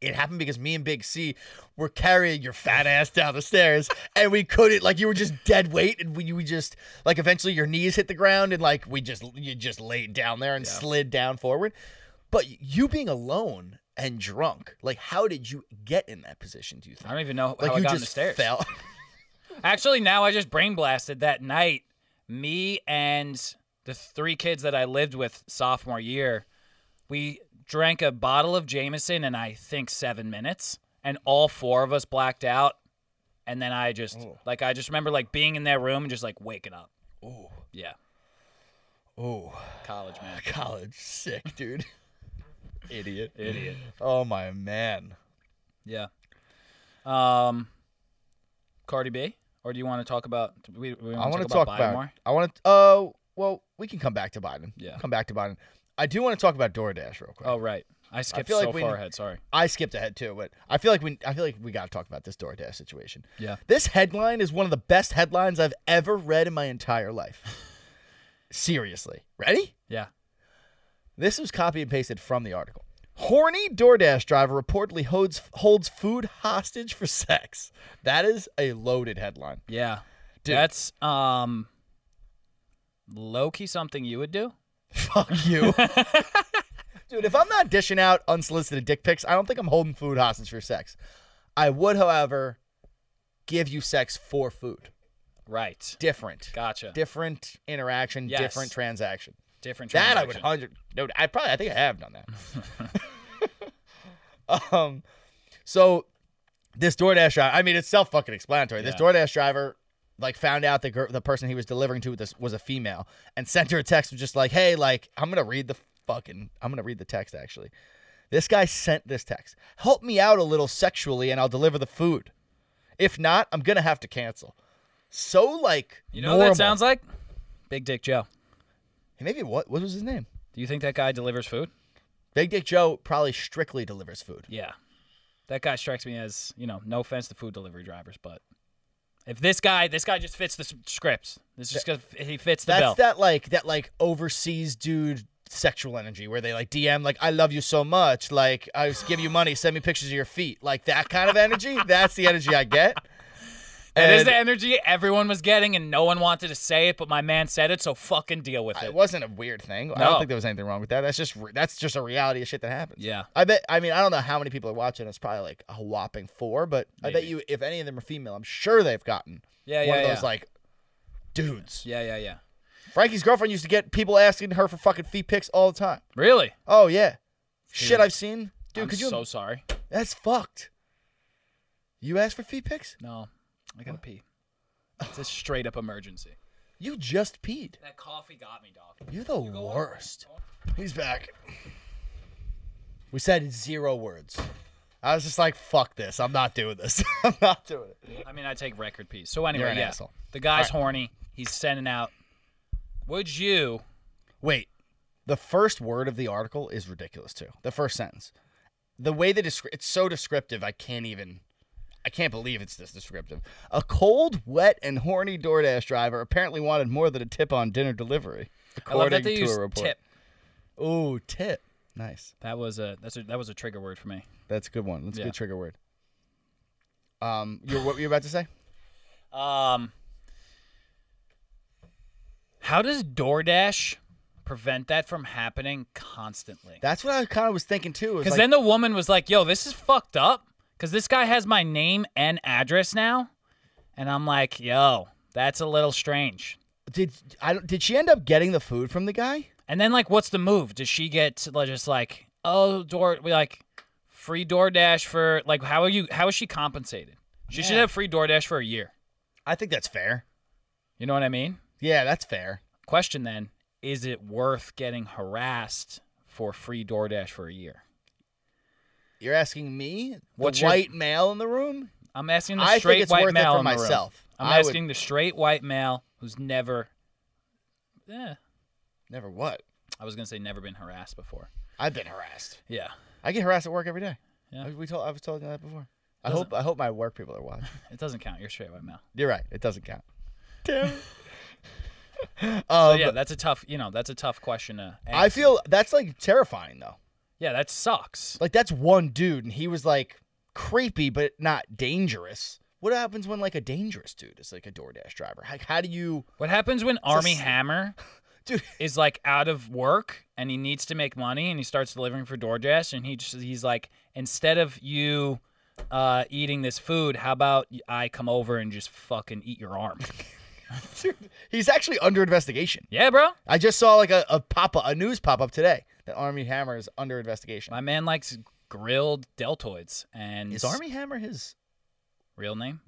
it happened because me and Big C were carrying your fat ass down the stairs, and we couldn't. Like you were just dead weight, and we, you would just like eventually your knees hit the ground, and like we just you just laid down there and slid down forward. But you being alone and drunk, like how did you get in that position? Do you think? i don't even know like how you i got on just the stairs fell. Actually, now I just brain blasted that night. Me and the three kids that I lived with sophomore year, we drank a bottle of Jameson in I think seven minutes, and all four of us blacked out. And then I just Oh. like I just remember like being in that room and just like waking up. Ooh. Yeah. oh. College man. College, sick, dude. Idiot. Idiot. Oh my man. Yeah. Um Cardi B? Or do you want to talk about we, we I want to talk about. Biden more? I want to. Oh, well, we can come back to Biden. Yeah. Come back to Biden. I do want to talk about DoorDash real quick. Oh right. I skipped feel so like we- far ahead, sorry. I skipped ahead too, but I feel like we. I feel like we got to talk about this DoorDash situation. Yeah. This headline is one of the best headlines I've ever read in my entire life. Seriously. Ready? Yeah. This was copy and pasted from the article. Horny DoorDash driver reportedly holds holds food hostage for sex. That is a loaded headline. Yeah. Dude. That's um low key something you would do? Fuck you. Dude, if I'm not dishing out unsolicited dick pics, I don't think I'm holding food hostage for sex. I would, however, give you sex for food. Right. Different. Gotcha. Different interaction, Yes. different transaction. Different That I would transaction. hundred. No, I probably I think I have done that. um, so this DoorDash driver. I mean, it's self fucking explanatory. This Yeah. DoorDash driver like found out the girl, the person he was delivering to this was a female, and sent her a text was just like, "Hey, like I'm gonna read the fucking I'm gonna read the text actually." This guy sent this text. Help me out a little sexually, and I'll deliver the food. If not, I'm gonna have to cancel. So like, You know what that sounds like? Big Dick Joe. Maybe what? What was his name? Do you think that guy delivers food? Big Dick Joe probably strictly delivers food. Yeah. That guy strikes me as, you know, no offense to food delivery drivers, but if this guy, this guy just fits the s- scripts. This just goes- he fits the That's bill. that like that like overseas dude sexual energy where they like DM like I love you so much, like I just give you money, send me pictures of your feet, like that kind of energy. That's the energy I get. That is And the energy everyone was getting, and no one wanted to say it, but my man said it, so fucking deal with it. it wasn't a weird thing. I No. don't think there was anything wrong with that. That's just re- that's just a reality of shit that happens. Yeah. I bet. I mean, I don't know how many people are watching. It's probably like a whopping four, but I bet you if any of them are female, I'm sure they've gotten one Yeah, yeah, of those yeah. like dudes. yeah, yeah, yeah. Frankie's girlfriend used to get people asking her for fucking feet pics all the time. Really? Oh yeah, shit I've seen, dude. I'm could you? so sorry. that's fucked. You asked for feet pics. No, I gotta pee. It's a straight up emergency. You just peed. That coffee got me, dog. You're the worst. He's back. We said zero words. I was just like, fuck this. I'm not doing this. I'm not doing it. I mean, I take record piece. So anyway, You're an yeah, asshole. the guy's Alright. horny. He's sending out. Would you? Wait. The first word of the article is ridiculous too. The first sentence. The way that descri- it's so descriptive, I can't even I can't believe it's this descriptive. A cold, wet, and horny DoorDash driver apparently wanted more than a tip on dinner delivery. I love According that they to use a report. tip. Ooh, tip. Nice. That was a that's a that was a trigger word for me. That's a good one. That's Yeah. a good trigger word. Um, you're, what were you about to say? Um, how does DoorDash prevent that from happening constantly? That's what I kind of was thinking too. Because then the woman was like, "Yo, this is fucked up. Because this guy has my name and address now, And I'm like, yo, that's a little strange. Did I? don't- Did she end up getting the food from the guy? And then like, what's the move? Does she get to, like, just like, oh, door, we like free DoorDash for like, how are you? How is she compensated? She should have free DoorDash for a year. I think that's fair. You know what I mean? Yeah, that's fair. Question then: Is it worth getting harassed for free DoorDash for a year? You're asking me, What's the your- white male in the room? I'm asking the I think straight it's white worth it male for in the room. myself. I'm I would- asking the straight white male who's never, yeah, Never what? I was gonna say never been harassed before. I've been harassed. Yeah, I get harassed at work every day. Yeah. I- We told I was telling you that before. I Doesn't- hope I hope my work people are watching. it doesn't count. You're a straight white male. You're right. It doesn't count. Damn. um, But yeah, that's a tough. You know, that's a tough question to. Answer. I feel that's like terrifying though. Yeah, that sucks. Like that's one dude, and he was like creepy but not dangerous. What happens when like a dangerous dude is like a DoorDash driver? Like how do you? What happens when Army s- Hammer Dude. is like out of work and he needs to make money and he starts delivering for DoorDash and he just he's like, instead of you uh, eating this food, how about I come over and just fucking eat your arm? He's actually under investigation. yeah, bro. I just saw like a, a pop up, a news pop up today that Army Hammer is under investigation. My man likes grilled deltoids and Is Army Hammer his real name.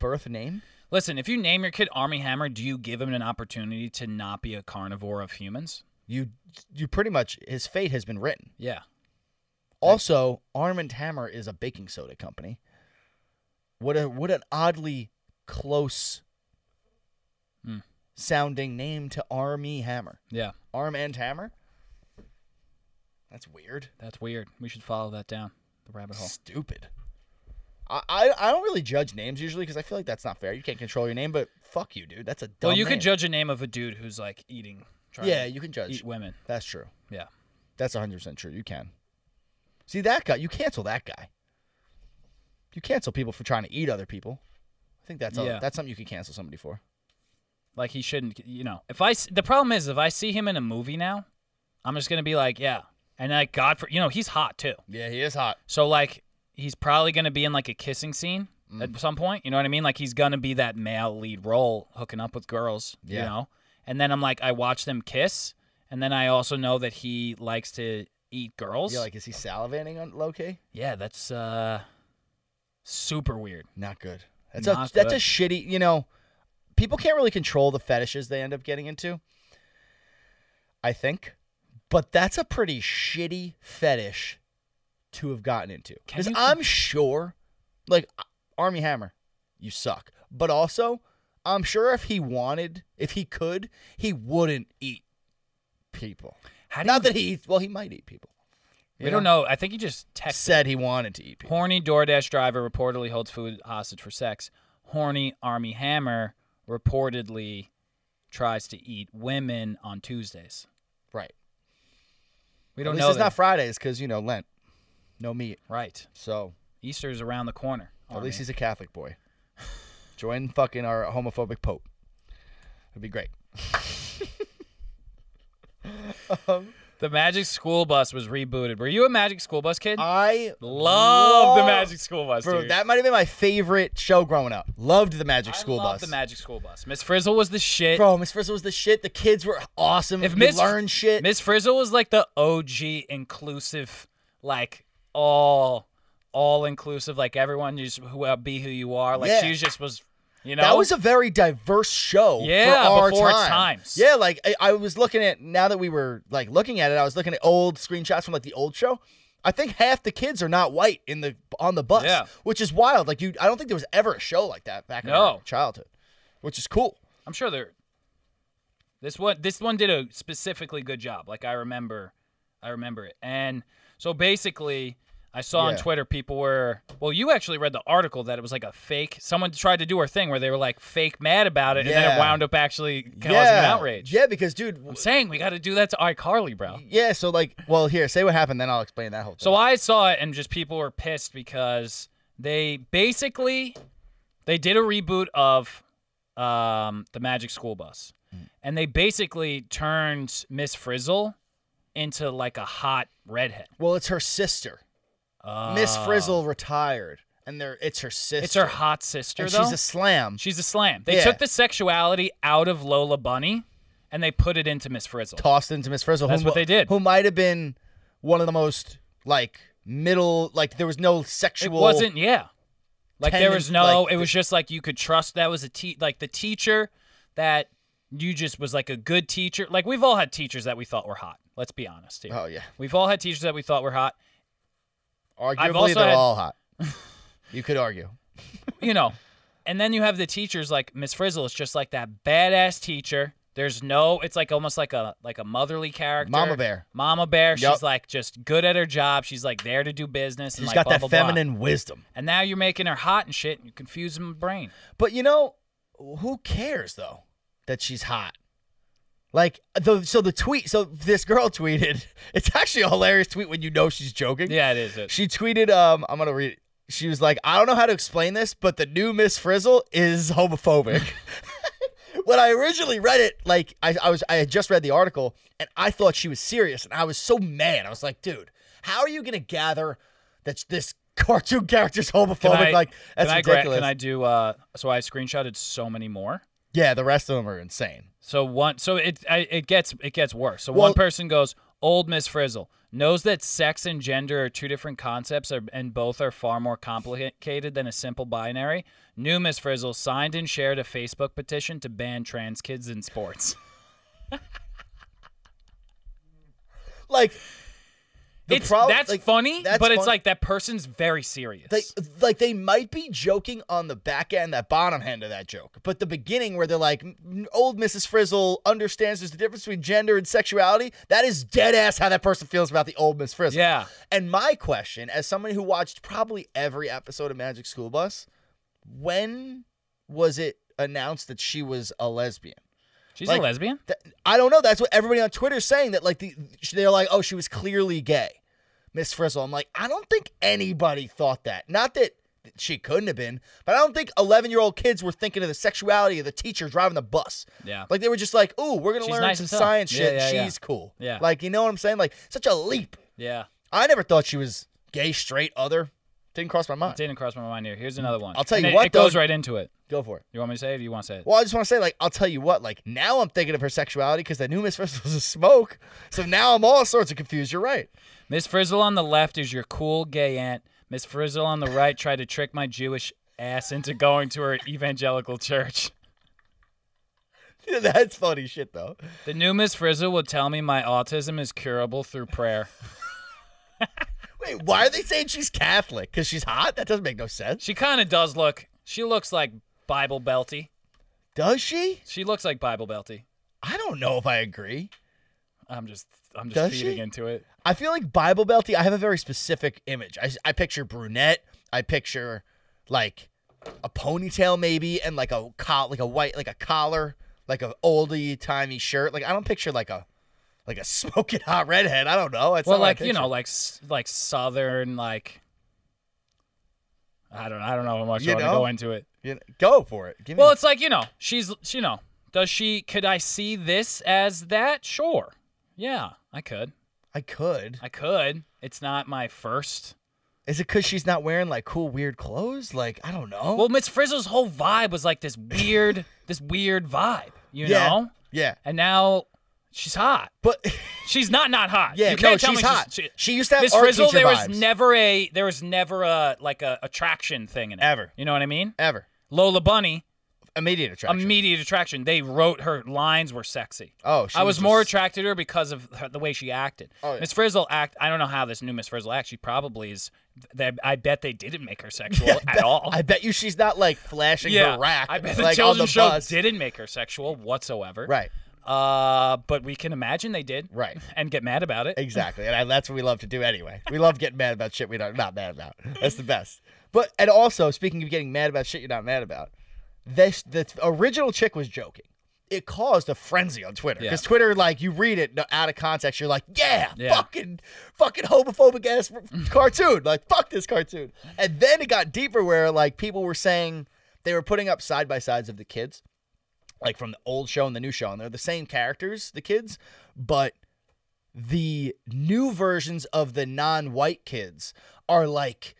birth name? Listen, if you name your kid Army Hammer, do you give him an opportunity to not be a carnivore of humans? You you pretty much his fate has been written. Yeah. Also, Arm and Hammer is a baking soda company. What a what an oddly close Hmm. sounding name to Army Hammer. Yeah. Arm and Hammer. That's weird. That's weird. We should follow that down the rabbit hole. Stupid. I, I I don't really judge names usually because I feel like that's not fair. You can't control your name, but fuck you, dude. That's a dumb. Well, you name. could judge a name of a dude who's like eating. Trying Yeah, to you can judge. eat women. That's true. Yeah, That's 100% true. You can. See, that guy, you cancel that guy. You cancel people for trying to eat other people. I think that's a- Yeah. that's something you could cancel somebody for. like he shouldn't. You know, if I s- the problem is if I see him in a movie now, I'm just gonna be like, yeah, and like God for you know he's hot too. Yeah, he is hot. So like he's probably gonna be in like a kissing scene Mm. at some point. You know what I mean? Like he's gonna be that male lead role hooking up with girls. You Yeah. know, and then I'm like I watch them kiss, and then I also know that he likes to eat girls. Yeah, like is he salivating on low key? yeah, that's uh super weird. Not good. That's Not a that's a good. shitty, you know, people can't really control the fetishes they end up getting into. I think. But that's a pretty shitty fetish to have gotten into. Can Cuz you- I'm sure like Army Hammer, you suck. But also, I'm sure if he wanted, if he could, he wouldn't eat people. How do Not you, that he eats, well, he might eat people. we don't know. I think he just texted. Said he wanted to eat people. Horny DoorDash driver reportedly holds food hostage for sex. Horny Army Hammer reportedly tries to eat women on Tuesdays. Right. We don't At least know. it's that. not Fridays because you know Lent, no meat. right. So Easter's around the corner. at least Army. he's a Catholic boy. Join fucking our homophobic pope. It'd be great. the Magic School Bus was rebooted. Were you a Magic School Bus kid? I love the Magic School Bus, Uh, Bro, dude. that might have been my favorite show growing up. Loved the Magic I School love Bus. The Magic School Bus. Miss Frizzle was the shit. Bro, Miss Frizzle was the shit. The kids were awesome. if If Miss Miss learned shit, Miss Frizzle was like the OG inclusive, like all all inclusive, like everyone you just who uh, be who you are. Like she Yeah. just was, you know, that was a very diverse show. Yeah, for our before its time. times. Yeah, like I, I was looking at now that we were like looking at it, I was looking at old screenshots from like the old show. I think half the kids are not white in the on the bus, Yeah. which is wild. Like you, I don't think there was ever a show like that back in No. our childhood, which is cool. I'm sure there. This one, this one did a specifically good job. Like I remember, I remember it. And so basically, I saw on Yeah. Twitter people were. Well, you actually read the article that it was like a fake. Someone tried to do her thing where they were like fake mad about it, and then Yeah. it wound up actually causing yeah, an outrage. Yeah, because dude, w- I'm saying we got to do that to iCarly, bro. yeah. So like, well, here, say what happened, then I'll explain that whole thing. So I saw it and just people were pissed because they basically they did a reboot of um, the Magic School Bus, Hmm. and they basically turned Miss Frizzle into like a hot redhead. well, it's her sister, Miss Frizzle, retired, and they're it's her sister. Ah. It's her hot sister, and though. she's a slam. She's a slam. They Yeah. took the sexuality out of Lola Bunny and they put it into Miss Frizzle. tossed into Miss Frizzle. That's who, what they did. Who might have been one of the most like middle like there was no It sexual. wasn't, yeah. Like there was tendon- no, like it was just like you could trust that was a te- like the teacher that you just was like a good teacher. Like we've all had teachers that we thought were hot. Let's be honest here. Oh yeah, We've all had teachers that we thought were hot. arguably also they're had- all hot. you could argue. you know. And then you have the teachers like Miss Frizzle. It's just like that badass teacher. There's no. It's like almost like a like a motherly character. Mama bear. Mama bear. Yup. She's like just good at her job. She's like there to do business. and She's like got blah, that blah, blah. feminine wisdom. And now you're making her hot and shit. And you're confusing my brain. But you know, who cares though that she's hot? Like the so the tweet so this girl tweeted. It's actually a hilarious tweet when you know she's joking. Yeah, it is. It. She tweeted, um, I'm gonna read it. She was like, I don't know how to explain this, but the new Miss Frizzle is homophobic. when I originally read it, like I, I was I had just read the article and I thought she was serious and I was so mad. I was like, dude, how are you gonna gather that this cartoon character's homophobic? like that's can I gra- ridiculous. can I do? Uh, so I screenshotted so many more. yeah, the rest of them are insane. So one, so it I, it gets it gets worse. So Well- one person goes, "Old Miss Frizzle knows that sex and gender are two different concepts, are, and both are far more complicated than a simple binary." New Miss Frizzle signed and shared a Facebook petition to ban trans kids in sports. Like the it's prob- that's like, funny, that's but it's fun- like that person's very serious. They, like they might be joking on the back end, that bottom end of that joke, but the beginning where they're like, "M- "Old Mrs. Frizzle understands there's a difference between gender and sexuality." That is dead ass how that person feels about the old Miss Frizzle. Yeah. And my question, as someone who watched probably every episode of Magic School Bus, when was it announced that she was a lesbian? She's like- a lesbian. That, I don't know. That's what everybody on Twitter's saying. That like the they're like, oh, she was clearly gay, Miss Frizzle. I'm like, I don't think anybody thought that. Not that she couldn't have been, but I don't think 11 year old kids were thinking of the sexuality of the teacher driving the bus. Yeah. like they were just like, ooh, we're gonna She's learn nice some as hell. science Yeah, shit. yeah, yeah. She's cool. Yeah. like you know what I'm saying? Like such a leap. Yeah, I never thought she was gay, straight, other. Didn't cross my mind. didn't cross my mind here. Here's another one. Mm, I'll tell And you it, what, it goes though- right into it. Go for it. You want me to say it? or Do you want to say it? Well, I just want to say, like, I'll tell you what, like, now I'm thinking of her sexuality because I knew Miss Frizzle was a smoke. So now I'm all sorts of confused. You're right. Miss Frizzle on the left is your cool gay aunt. Miss Frizzle on the right tried to trick my Jewish ass into going to her evangelical church. That's funny shit, though. The new Miss Frizzle will tell me my autism is curable through prayer. Wait, why are they saying she's Catholic? Because she's hot? That doesn't make no sense. She kind of does look. She looks like Bible belty. Does she? She looks like Bible belty. I don't know if I agree. I'm just. I'm just Does feeding she? into it. I feel like Bible Belty, I have a very specific image. I, I picture brunette. I picture, like, a ponytail maybe and, like, a col- like a white, like a collar, like a oldie timey shirt. Like, I don't picture, like, a. Like a smoking hot redhead. I don't know. It's well, not what I like you picture. know, like s- like southern, like. I don't. I don't know how much You I want know? to go into it. You know, go for it. Give me Well, it's like you know, she's she- you know, does she? Could I see this as that? Sure. Yeah, I could. I could. I could. It's not my first. Is it because she's not wearing like cool, weird clothes? Like I don't know. Well, Miss Frizzle's whole vibe was like this weird, this weird vibe, you yeah, know. yeah. And now she's hot. But She's not not hot. yeah, you no, can't she's tell me hot. She's, she used to have Miss art Frizzle, teacher there vibes. was never a there was never a like a attraction thing in it. Ever. You know what I mean? ever Lola Bunny, immediate attraction. immediate attraction. They wrote her lines were sexy. oh, she I was, was, more just- attracted to her because of her, the way she acted. Oh, yeah. Miss Frizzle act. I don't know how this new Miss Frizzle acts. She probably is. They, I bet they didn't make her sexual at all. I bet you she's not like flashing yeah, her rack. I bet the like, on children's the show bus. didn't make her sexual whatsoever. Right, Uh, but we can imagine they did. Right. And get mad about it. exactly, and I, that's what we love to do anyway. We love getting mad about shit we don't not mad about. That's the best. But and also speaking of getting mad about shit you're not mad about, this the original chick was joking. It caused a frenzy on Twitter Yeah. because Twitter, like, you read it no- out of context, you're like, yeah, Yeah. fucking, fucking homophobic ass r- cartoon, like, fuck this cartoon. And then it got deeper where like people were saying they were putting up side by sides of the kids, like from the old show and the new show, and they're the same characters, the kids, but the new versions of the non-white kids are like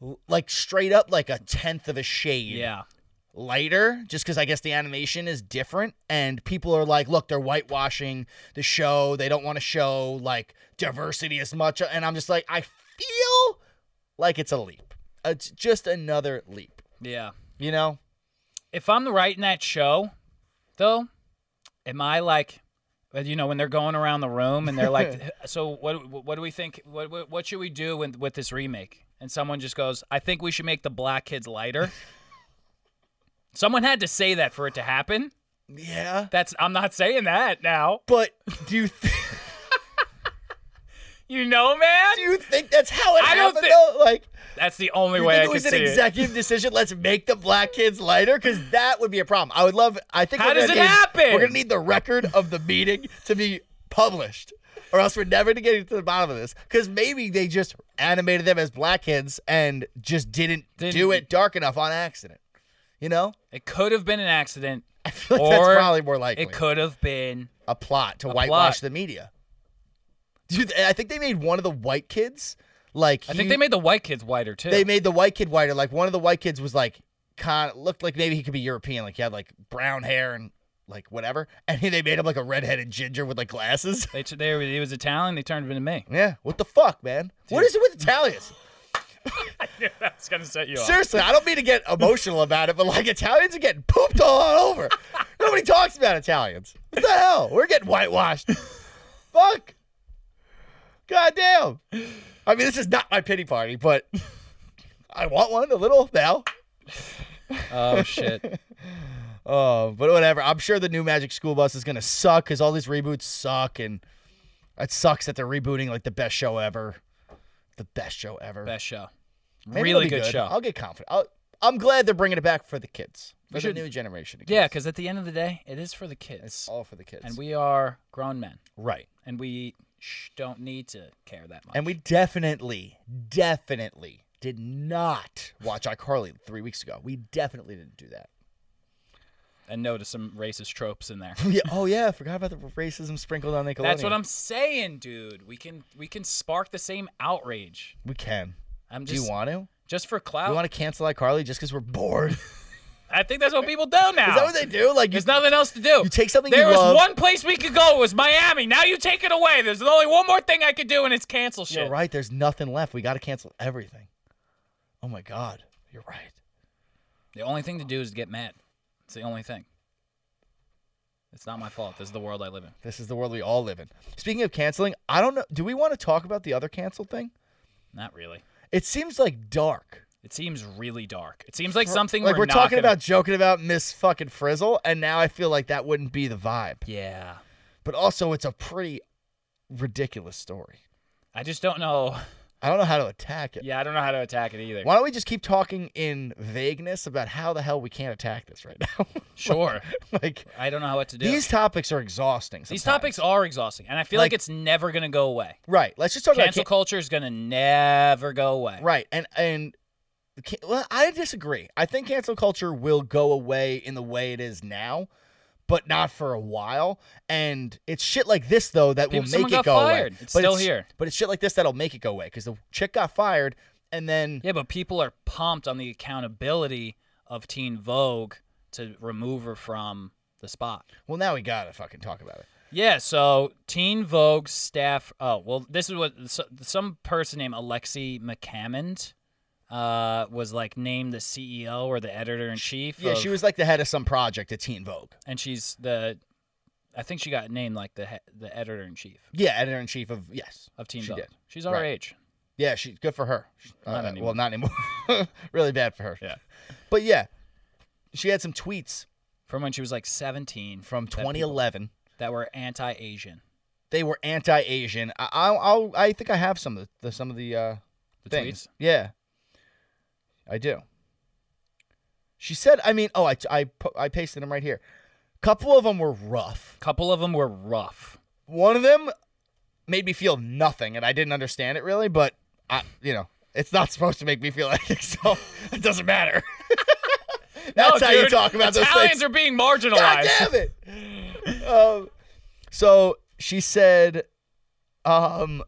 l- like straight up like a tenth of a shade Yeah. lighter just because I guess the animation is different and people are like, look, they're whitewashing the show. They don't want to show like diversity as much. And I'm just like, I feel like it's a leap. It's just another leap, Yeah. you know? If I'm writing that show, though, am I like, uh, you know, when they're going around the room and they're like, so what? What do we think? What What, what should we do with, with this remake? And someone just goes, I think we should make the black kids lighter. someone had to say that for it to happen. Yeah. That's I'm not saying that now. But do you, th- You know, man. do you think that's how it I don't happened thi- though? Like, That's the only you way think I it could was an see it. executive decision? Let's make the black kids lighter because that would be a problem. I would love. I think. How we're gonna does it need- happen? We're gonna need the record of the meeting to be published, or else we're never gonna get to the bottom of this. Because maybe they just animated them as black kids and just didn't, Didn't- do it dark enough on accident. You know, It could have been an accident. I feel like that's Or probably more likely. It could have been. a plot to whitewash plot. the media. Dude, I think they made one of the white kids like. I think he- they made the white kids whiter too. they made the white kid whiter. Like one of the white kids was like kind looked like maybe he could be European. Like he had like brown hair and like whatever. And they made him like a redheaded ginger with like glasses. They, t- they were- he was Italian. They turned him into me. Yeah, what the fuck, man? What is it with Italians? That's gonna set you Seriously, I don't mean to get emotional about it, but like Italians are getting pooped all over. Nobody talks about Italians. What the hell? We're getting whitewashed. Fuck. God damn. I mean, this is not my pity party, but I want one a little now. Oh shit. Oh, but whatever. I'm sure the new Magic School Bus is gonna suck because all these reboots suck, and it sucks that they're rebooting like the best show ever, the best show ever. Best show. Maybe it'll really be good, show. I'll get confident. I'll, I'm glad they're bringing it back for the kids, for the We should- new generation. Of yeah, kids. because at the end of the day, it is for the kids, all for the kids. and we are grown men, right, and we sh- don't need to care that much. and we definitely, definitely did not watch iCarly three weeks ago. We definitely didn't do that. and notice some racist tropes in there. yeah. Oh yeah, I forgot about the racism sprinkled on Nickelodeon. That's what I'm saying, dude. We can we can spark the same outrage. We can. I'm Do just you want to? just for clout. You want to cancel iCarly just because we're bored? I think that's what people do now. Is that what they do? Like you, There's nothing else to do. you take something There you was love. one place we could go. It was Miami. Now you take it away. There's only one more thing I could do, and it's cancel shit. You're right. There's nothing left. We got to cancel everything. Oh my god. You're right. The only thing to do is get mad. It's the only thing. It's not my fault. This is the world I live in. This is the world we all live in. Speaking of canceling, I don't know. Do we want to talk about the other canceled thing? Not really. It seems like dark. It seems really dark. It seems like something Like we're, we're, not talking gonna- about joking about Miss fucking Frizzle, and now I feel like that wouldn't be the vibe. Yeah. But also, it's a pretty ridiculous story. I just don't know. I don't know how to attack it. Yeah, I don't know how to attack it either. Why don't we just keep talking in vagueness about how the hell we can't attack this right now? Sure. like I don't know what to do. these topics are exhausting. sometimes. These topics are exhausting, and I feel Like- like, it's never gonna go away. Right. Let's just talk Cancel about can- culture is gonna never go away. right and and can- well, I disagree. I think cancel culture will go away in the way it is now, but not for a while. And it's shit like this though that People- will someone make it got go fired. away. It's still here. But it's shit like this that'll make it go away because the chick got fired, and then Yeah, but people are pumped on the accountability of Teen Vogue to remove her from the spot. well now we gotta fucking talk about it. Yeah, so Teen Vogue staff. Oh, well, this is what so, some person named Alexi McCammond uh, was like named the CEO or the editor in chief. Yeah, she was like the head of some project at Teen Vogue. and she's the. I think she got named like the he, the editor in chief Yeah, editor in chief of yes. of Teen She Vogue. did. She's our Right. age. Yeah, she's good for her. Not Uh, anymore. well, not anymore. really bad for her. Yeah, But yeah, she had some tweets from when she was like seventeen, from that people- 2011. that were anti-Asian. they were anti-Asian. I, I'll, I'll, I think I have some of the, the some of the, uh, The things. tweets? Yeah, I do. She said, I mean, oh, I, I, pu- I pasted them right here. Couple of them were rough. couple of them were rough. One of them made me feel nothing, and I didn't understand it really. But I, you know, it's not supposed to make me feel anything, so it doesn't matter. That's No, how you Oh, dude, talk about Italians those things. are being God marginalized. damn it. um, so she oh, said, um,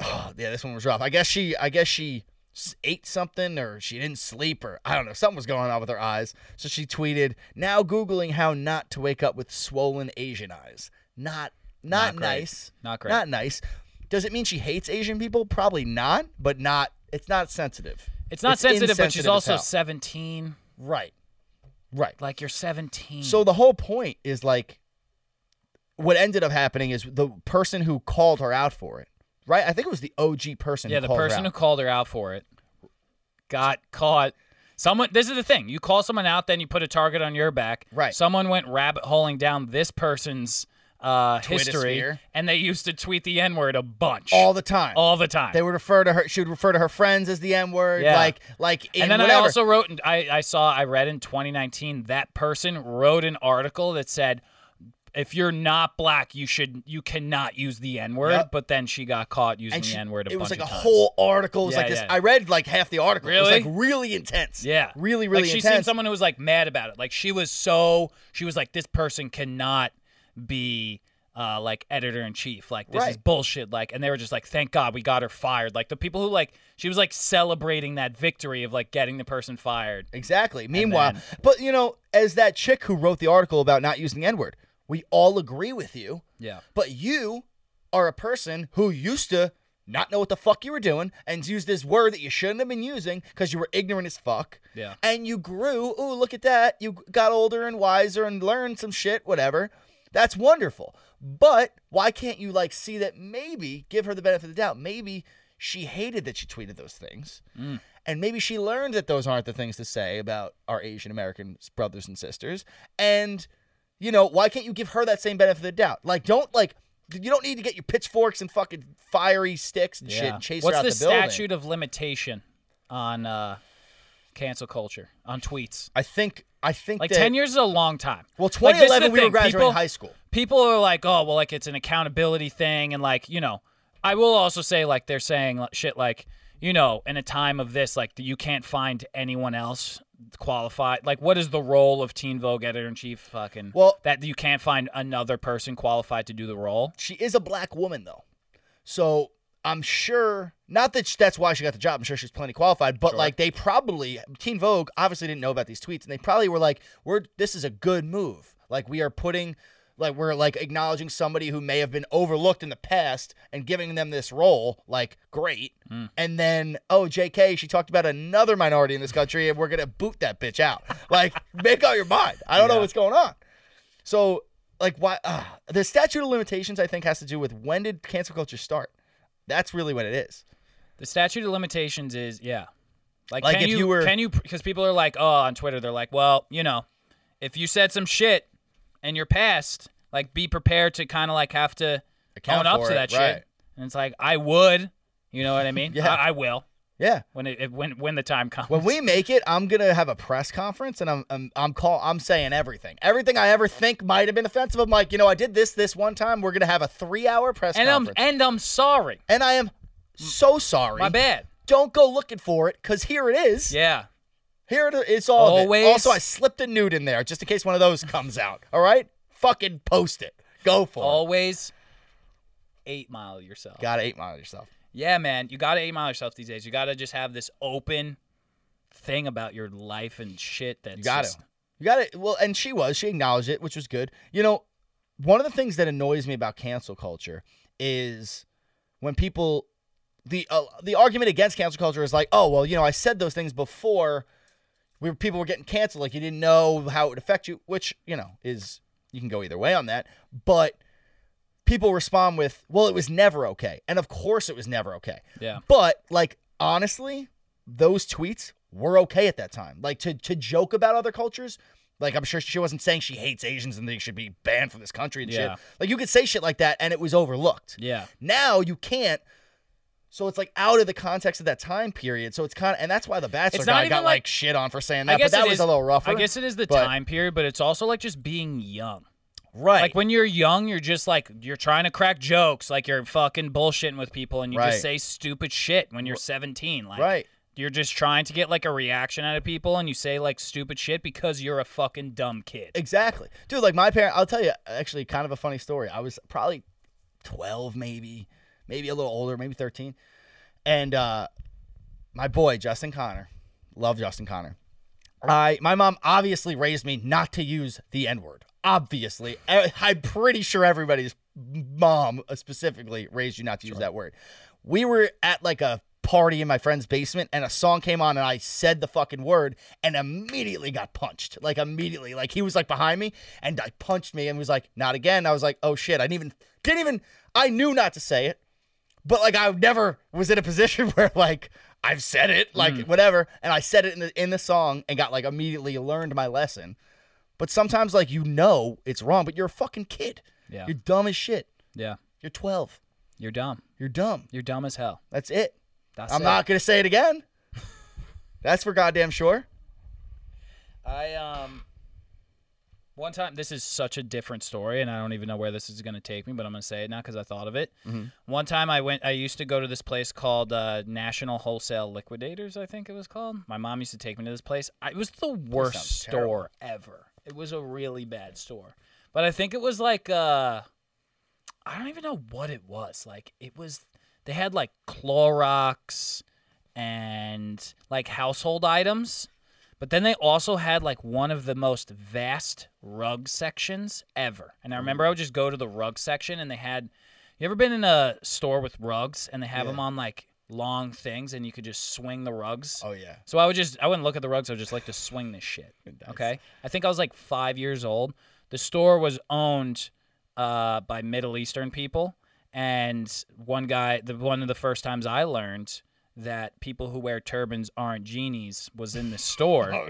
yeah, this one was rough. I guess she, I guess she s- ate something or she didn't sleep or I don't know, something was going on with her eyes. So she tweeted, "Now googling how not to wake up with swollen Asian eyes." Not not, Not great. nice. Not great. Not nice. Does it mean she hates Asian people? Probably not, but not it's not sensitive. It's not sensitive, but insensitive she's as also hell. 17. right. Right. Like you're 17. So the whole point is like what ended up happening is the person who called her out for it, right? I think it was the OG person. yeah, who the called her person who out. called her out for it got caught. Someone. This is the thing. You call someone out, then you put a target on your back. Right. Someone went rabbit holing down this person's uh, history, Twittosphere. and they used to tweet the N word a bunch all the time. all the time. they would refer to her. She would refer to her friends as the N word. Yeah. Like, like, in and then whatever. I also wrote, and I, I saw, I read in 2019 that person wrote an article that said, if you're not black, you should, you cannot use the N word. Yep. But then she got caught using and she- the N word a it was bunch like of a times. whole article. It was Yeah, like this. yeah. I read like half the article. It Really? was like really intense. Yeah. really, really Like she intense. seemed someone who was like mad about it. Like she was so she was like, This person cannot be uh like editor in chief. Like this is Right. bullshit. Like and they were just like, Thank God we got her fired. Like the people who like she was like celebrating that victory of like getting the person fired. Exactly. Meanwhile, but you know, as that chick who wrote the article about not using the N word, we all agree with you. Yeah. But you are a person who used to not know what the fuck you were doing and used this word that you shouldn't have been using because you were ignorant as fuck. Yeah. And you grew. Ooh, look at that. You got older and wiser and learned some shit, whatever. That's wonderful. But why can't you like see that maybe give her the benefit of the doubt? Maybe she hated that she tweeted those things. Mm. And maybe she learned that those aren't the things to say about our Asian American brothers and sisters. And, you know, why can't you give her that same benefit of the doubt? Like, don't, like, you don't need to get your pitchforks and fucking fiery sticks and shit and chase What's her out the, the, building. statute of limitation on uh cancel culture, on tweets? I think, I think Like that, ten years is a long time. Well, Like, this is 2011, the we were thing, graduating people- high school. People are like, oh, well, like it's an accountability thing, and like you know, I will also say like they're saying like, shit like you know, in a time of this, like you can't find anyone else qualified. Like, what is the role of Teen Vogue editor in chief? Fucking Well- that you can't find another person qualified to do the role. She is a black woman, though. So I'm sure, not that sh- that's why she got the job. I'm sure she's plenty qualified, but like they probably, Teen Vogue obviously didn't know about these tweets, and they probably were like, "We're this is a good move. Like we are putting, like we're like acknowledging somebody who may have been overlooked in the past and giving them this role. Like great." Hmm. And then, oh, J.K. She talked about another minority in this country, and we're gonna boot that bitch out. like make up your mind. I don't know what's going on. So, like, why uh, the statute of limitations? I think has to do with when did cancel culture start. That's really what it is. The statute of limitations is yeah. Like, Like, can if you, you were- can you because people are like, oh, on Twitter they're like, well, you know, if you said some shit and you're past, like, be prepared to kind of like have to Account own up for to it, that right. shit. And it's like, I would, you know what I mean? Yeah. I, I will Yeah. when it, it when when the time comes. When we make it, I'm gonna have a press conference, and I'm I'm I'm call I'm saying everything, everything I ever think might have been offensive. I'm like, you know, I did this this one time. We're gonna have a three hour press and I'm conference, and I'm sorry, and I am so sorry. my bad. Don't go looking for it, cause here it is. Yeah, Here it is. All of it. Always. Also, I slipped a nude in there just in case one of those comes out. All right, fucking post it. Go for it. always eight mile yourself. Gotta eight mile yourself. Yeah, man, you gotta eight mile yourself these days. You gotta just have this open thing about your life and shit. That's You got just- to. You got to. Well, and she was. She acknowledged it, which was good. You know, one of the things that annoys me about cancel culture is when people the uh, the argument against cancel culture is like, oh well, you know, I said those things before we were, people were getting canceled. Like you didn't know how it would affect you, which you know is you can go either way on that, but. People respond with, "Well, it was never okay," and of course, it was never okay. Yeah. But like honestly, those tweets were okay at that time. Like to to joke about other cultures, like I'm sure she wasn't saying she hates Asians and they should be banned from this country and Yeah. shit. Like you could say shit like that and it was overlooked. Yeah. Now you can't. So it's like out of the context of that time period. So it's kind of and that's why the Bachelor It's not guy even got like- like shit on for saying that. I But guess that it was is- a little rougher. I guess it is the but- time period, but it's also like just being young. Right. Like when you're young, you're just like you're trying to crack jokes, like you're fucking bullshitting with people, and you Right. just say stupid shit when you're 17. Like Right. you're just trying to get like a reaction out of people, and you say like stupid shit because you're a fucking dumb kid. Exactly. Dude, like my parent, I'll tell you actually kind of a funny story. I was probably 12 maybe, maybe a little older, maybe 13. And uh my boy Justin Connor, love Justin Connor. I my mom obviously raised me not to use the N word. Obviously, I- I'm pretty sure everybody's mom specifically raised you not to use that word. We were at like a party in my friend's basement, and a song came on, and I said the fucking word, and immediately got punched. Like immediately, like he was like behind me, and I punched me, and was like, "Not again." I was like, "Oh shit!" I didn't even didn't even I knew not to say it but like I never was in a position where like I've said it, like Mm. whatever, and I said it in the in the song and got like immediately learned my lesson. But sometimes like you know it's wrong, but you're a fucking kid. Yeah. You're dumb as shit. Yeah. You're 12. You're dumb. You're dumb. You're dumb as hell. That's it. That's I'm it. not gonna say it again. That's for goddamn sure. I um one time this is such a different story and I don't even know where this is going to take me but I'm going to say it now cuz I thought of it. One time I went I used to go to this place called uh, National Wholesale Liquidators I think it was called. My mom used to take me to this place. I, it was the worst sounds store ever. It was a really bad store. But I think it was like uh I don't even know what it was. Like it was they had like Clorox and like household items. But then they also had like one of the most vast rug sections ever. And I remember I would just go to the rug section and they had you ever been in a store with rugs and they have them on like long things and you could just swing the rugs? yeah. So I would just I wouldn't look at the rugs. I would just like to swing this shit. Okay. I think I was like five years old. The store was owned uh, by Middle Eastern people, and one guy, the one of the first times I learned that people who wear turbans aren't genies was in the store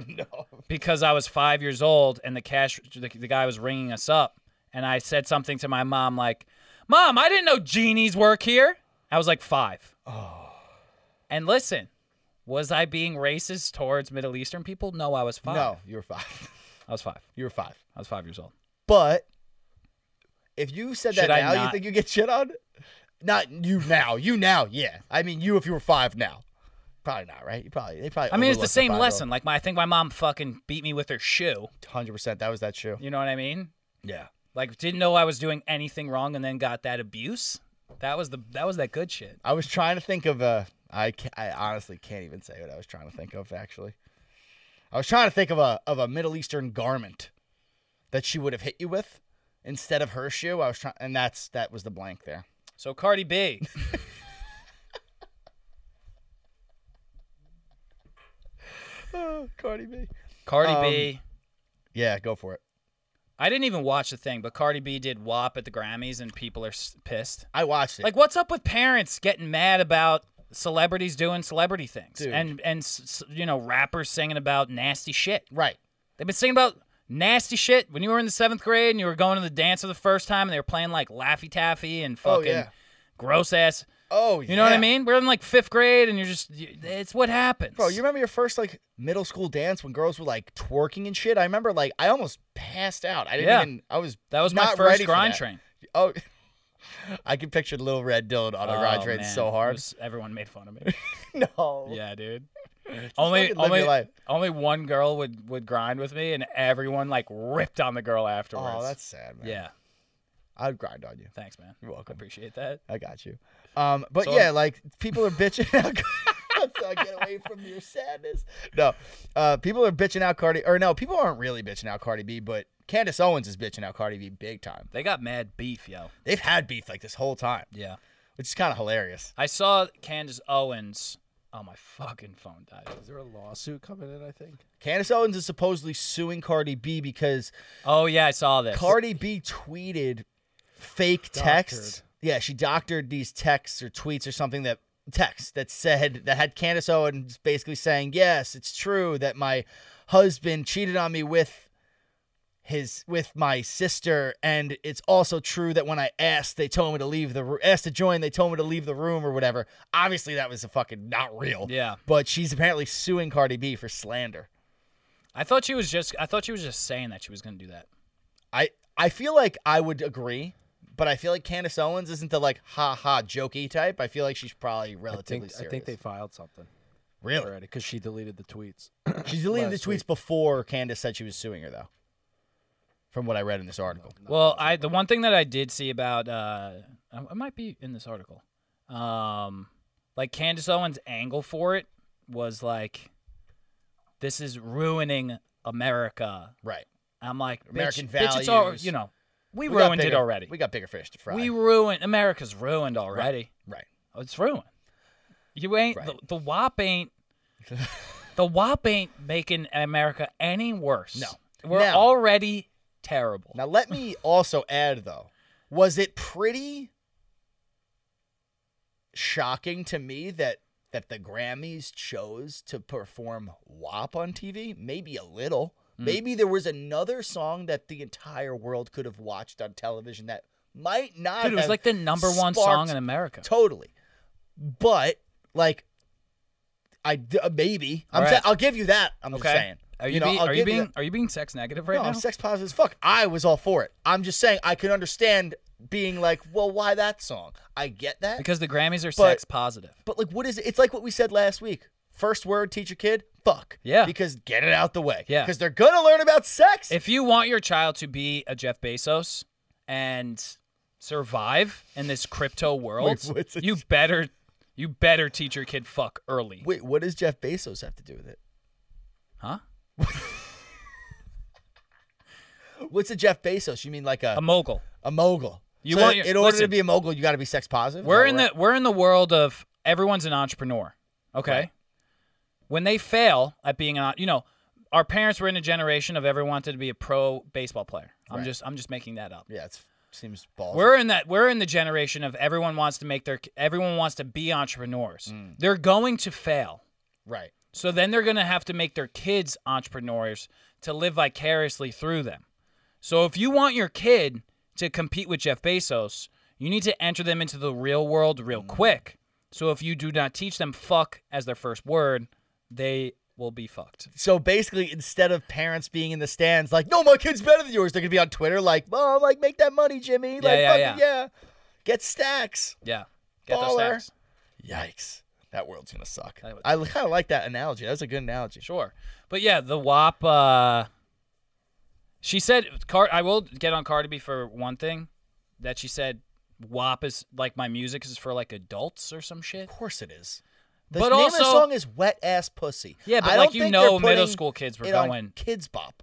because I was five years old and the cash the, the guy was ringing us up and I said something to my mom like, "Mom, I didn't know genies work here." I was like five. Oh. And listen, was I being racist towards Middle Eastern people? No, I was five. No, you were five. I was five. You were five. I was five years old. But if you said Should that I now, you not- think you get shit on? Not you now. You now, yeah. I mean, you if you were five now, probably not, right? You probably they probably. I mean, it's the same lesson. Like my, I think my mom fucking beat me with her shoe. Hundred percent. That was that shoe. You know what I mean? Yeah. Like didn't know I was doing anything wrong and then got that abuse. That was the that was that good shit. I was trying to think of a. I ca I honestly can't even say what I was trying to think of. Actually, I was trying to think of a of a Middle Eastern garment that she would have hit you with instead of her shoe. I was trying, and that's that was the blank there. So Cardi B. Oh, Cardi B. Cardi B. Yeah, go for it. I didn't even watch the thing, but Cardi B did WAP at the Grammys, and people are s- pissed. I watched it. Like, what's up with parents getting mad about celebrities doing celebrity things, Dude. and and s- s- you know rappers singing about nasty shit? right. They've been singing about nasty shit when you were in the seventh grade and you were going to the dance for the first time, and they were playing like Laffy Taffy and Oh, fucking yeah. gross ass. Oh, You know what I yeah. mean? We're in like fifth grade, and you're just you, it's what happens. Bro, you remember your first like middle school dance when girls were like twerking and shit? I remember like I almost passed out. I didn't Yeah. even. I was that was my not first ready for grind that. train. Oh, I can picture the little red Dylan on a garage train Oh, man. so It hard. was- everyone made fun of me. no. Yeah, dude. only fucking live only your life. only one girl would would grind with me, and everyone like ripped on the girl afterwards. Oh, that's sad, man. yeah. I'd grind on you. Thanks, man. You're welcome. Appreciate that. I got you. Um, but So- yeah, like people are bitching out. so I get away from your sadness. No, uh, people are bitching out Cardi, or no, people aren't really bitching out Cardi B, but Candace Owens is bitching out Cardi B big time. They got mad beef, yo. They've had beef like this whole time, Yeah. which is kind of hilarious. I saw Candace Owens. Oh, my fucking phone died. Is there a lawsuit coming in? I think. Candace Owens is supposedly suing Cardi B because Oh yeah, I saw this. Cardi B tweeted fake texts. Yeah, she doctored these texts or tweets or something that texts that said that had Candace Owens basically saying, "Yes, it's true that my husband cheated on me with his with my sister, and it's also true that when I asked, they told me to leave the ro- asked to join, they told me to leave the room or whatever. Obviously, that was a fucking not real. Yeah. but she's apparently suing Cardi B for slander. I thought she was just. I thought she was just saying that she was gonna do that. I I feel like I would agree, but I feel like Candace Owens isn't the like ha ha jokey type. I feel like she's probably I relatively think I serious. think they filed something really already because she deleted the tweets. she deleted the last tweets before Candace said she was suing her though. From what I read in this article, Well, I the one thing that I did see about uh, I- it might be in this article, um, like Candace Owens' angle for it was like, "This is ruining America." Right. I'm like, bitch, American bitch, it's all values. you know. We, got ruined it bigger- already. We got bigger fish to fry. We ruined America's ruined already. right. It's ruined. You ain't Right. the, the WAP ain't the WAP ain't making America any worse. No. we're Now- already terrible. Now let me also add though, was it pretty shocking to me that that the Grammys chose to perform WAP on TV? Maybe a little. Mm. Maybe there was another song that the entire world could have watched on television that might not Dude, it was have like the number one song sparked- in America. Totally. But like I d- uh, maybe I'm All sa- right. I'll give you that. I'm just saying. Are you, know, being, I'll are you give being that. are you being sex negative right No, now? I'm sex positive as fuck. I was all for it. I'm just saying I can understand being like, well, why that song? I get that. because the Grammys are But- sex positive. but like, what is it? It's like what we said last week. First word, teacher kid, fuck. Yeah. Because get it out the way. Yeah. Because they're gonna learn about sex. If you want your child to be a Jeff Bezos and survive in this crypto world, Wait, what's it- you better you better teach your kid fuck early. Wait, what does Jeff Bezos have to do with it? Huh? What's a Jeff Bezos? You mean like a A mogul. a mogul? Um, You So want your- in order to listen. be a mogul, you got to be sex positive. Is We're that in right? the we're in the world of everyone's an entrepreneur. Okay. When they fail at being an you know, our parents were in a generation of everyone wanted to be a pro baseball player. I'm just I'm just making that up. yeah. It seems ballsy. We're in that we're in the generation of everyone wants to make their everyone wants to be entrepreneurs. They're going to fail. right. So then they're going to have to make their kids entrepreneurs to live vicariously through them. So if you want your kid to compete with Jeff Bezos, you need to enter them into the real world real quick. So if you do not teach them fuck as their first word, they will be fucked. So basically, instead of parents being in the stands like, "No, my kid's better than yours," they're gonna be on Twitter like, "Mom, like make that money, Jimmy. Like, yeah, fucking yeah. yeah. get stacks." Yeah. Get those Baller. stats. Yikes, that world's gonna suck. That would- I kind of like that analogy. That was a good analogy. Sure. But yeah, the WAP. Uh, she said, Car- I will get on Cardi B for one thing that she said WAP is like my music is for like adults or some shit. Of course it is. The But name of the also- song is "Wet Ass Pussy." Yeah, but I like don't you think know they're middle putting school kids were it on going- Kids Bop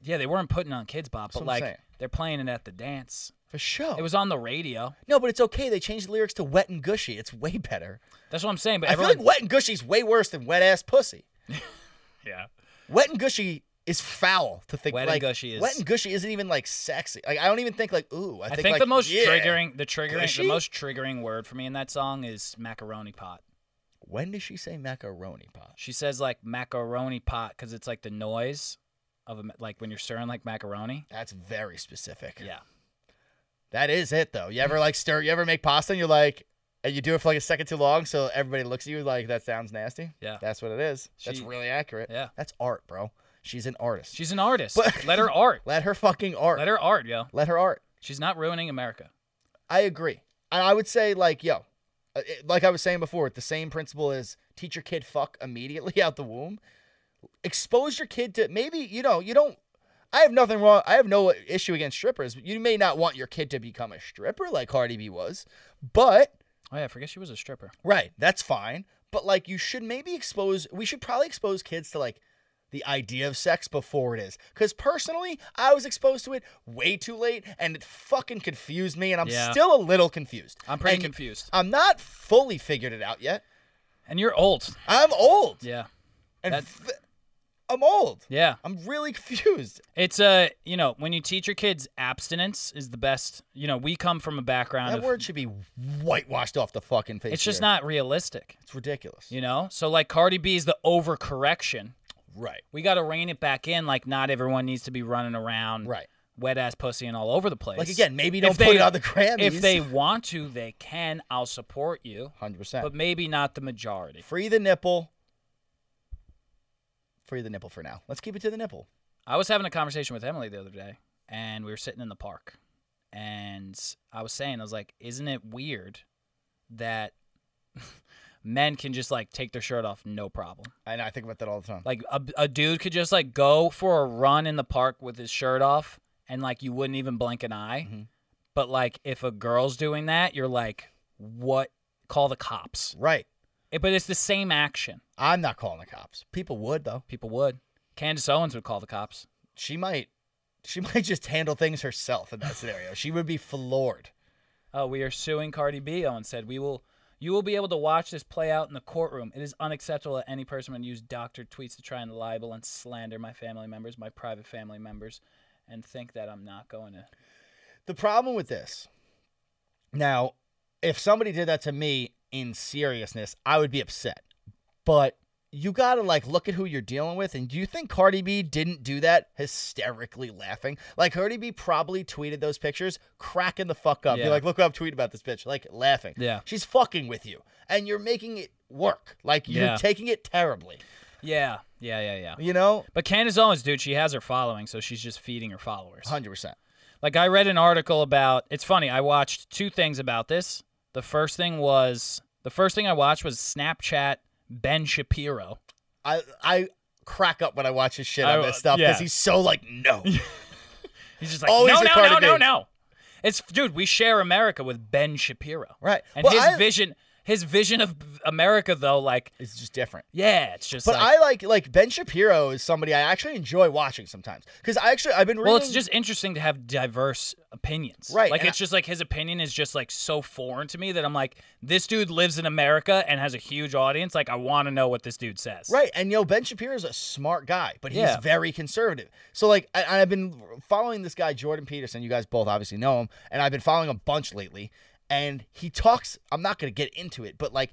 Yeah, they weren't putting on kids what bop, but I'm like saying. Oh. they're playing it at the dance. for sure. It was on the radio. no, but it's okay. They changed the lyrics to "Wet and Gushy." It's way better. That's what I'm saying. But I everyone, feel like "Wet and Gushy's way worse than "Wet Ass Pussy." yeah, Wet and gushy is foul to think. Wet and like, gushy is- wet and gushy isn't even like sexy. Like I don't even think like ooh. I, I think, like, the most yeah. triggering, the triggering, Gushy? the most triggering word for me in that song is macaroni pot. When does she say macaroni pot? She says like macaroni pot because it's like the noise of a, ma- like when you're stirring like macaroni. That's very specific. Yeah, That is it though. You ever like stir? You ever make pasta and you're like, and you do it for like a second too long, so everybody looks at you like that sounds nasty. Yeah. That's what it is. That's She- really accurate. yeah. That's art, bro. She's an artist. she's an artist. But- Let her art. Let her fucking art. Let her art, yo. Let her art. She's not ruining America. I agree. And I would say, like, yo, uh, it- like I was saying before, the same principle is teach your kid fuck immediately out the womb. Expose your kid to maybe, you know, you don't. I have nothing wrong. I have no issue against strippers. You may not want your kid to become a stripper like Cardi B was, but Oh yeah, I forget she was a stripper. right, that's fine. But like, you should maybe expose. We should probably expose kids to like the idea of sex before it is. Because personally, I was exposed to it way too late, and it fucking confused me, and I'm Yeah. still a little confused. I'm pretty And- confused. I'm not fully figured it out yet. And you're old. I'm old. Yeah, and that- f- I'm old. yeah. I'm really confused. It's a you know when you teach your kids abstinence is the best. You know we come from a background That of word should be whitewashed off the fucking face. it's just here. not realistic. It's ridiculous. You know, so like Cardi B is the overcorrection. Right. We got to rein it back in. Like not everyone needs to be running around Right. wet ass pussy and all over the place. Like again, maybe Mm. If don't put they- it on the Grammys. If they want to, they can. I'll support you, hundred but percent maybe not the majority. free the nipple. Free the nipple for now. Let's keep it to the nipple. I was having a conversation with Emily the other day, and we were sitting in the park, and I was saying, I was like, "Isn't it weird that men can just like take their shirt off, no problem? I know. I think about that all the time. Like a, a dude could just like go for a run in the park with his shirt off, and like you wouldn't even blink an eye. But like if a girl's doing that, you're like, what? Call the cops. right. It- but it's the same action. I'm not calling the cops. People would though. People would. Candace Owens would call the cops. She might she might just handle things herself in that scenario. She would be floored. Oh, we are suing Cardi B. Owen said we will. You will be able to watch this play out in the courtroom. It is unacceptable that any person would use doctored tweets to try and libel and slander my family members, my private family members, and think that I'm not going to. The problem with this, now, if somebody did that to me in seriousness, I would be upset. But you gotta like look at who you're dealing with, and do you think Cardi B didn't do that hysterically laughing? Like Cardi B probably tweeted those pictures, cracking the fuck up. Yeah. You're like, look up, tweet about this bitch, like laughing. Yeah. she's fucking with you, and you're making it work. Like you're Yeah. taking it terribly. Yeah, yeah, yeah, yeah. You know, But Candace Owens, dude, she has her following, so she's just feeding her followers. hundred percent. Like I read an article about. It's funny. I watched two things about this. The first thing was the first thing I watched was Snapchat Ben Shapiro. I I crack up when I watch his shit on I- this stuff yeah. because he's so like no. He's just like, Always no, a no, no, Cardi no, B. no. It's dude. We share America with Ben Shapiro, Right. And Well, his I- vision, his vision of America, though, like, It's just different. yeah, it's just. But like, I like like Ben Shapiro is somebody I actually enjoy watching sometimes because I actually I've been reading. well, it's just interesting to have diverse opinions, Right, Like, and it's I- just like his opinion is just like so foreign to me that I'm like, this dude lives in America and has a huge audience. Like, I want to know what this dude says, right, and you know Ben Shapiro's a smart guy, but he's Yeah. very conservative. So like I, I've been following this guy Jordan Peterson. You guys both obviously know him, and I've been following a bunch lately. And he talks. I'm not gonna get into it, but like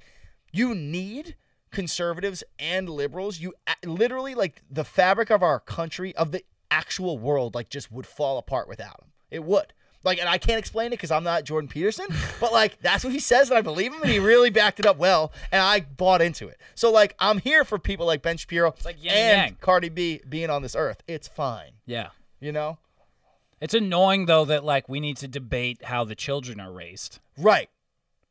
you need conservatives and liberals. You a- literally like the fabric of our country of the actual world like just would fall apart without him. It would. Like, and I can't explain it because I'm not Jordan Peterson, but like, that's what he says, and I believe him, and he really backed it up well, and I bought into it. So, like, I'm here for people like Ben Shapiro like yin and and yang. Cardi B being on this earth. It's fine, Yeah. you know? It's annoying though that like we need to debate how the children are raised. Right.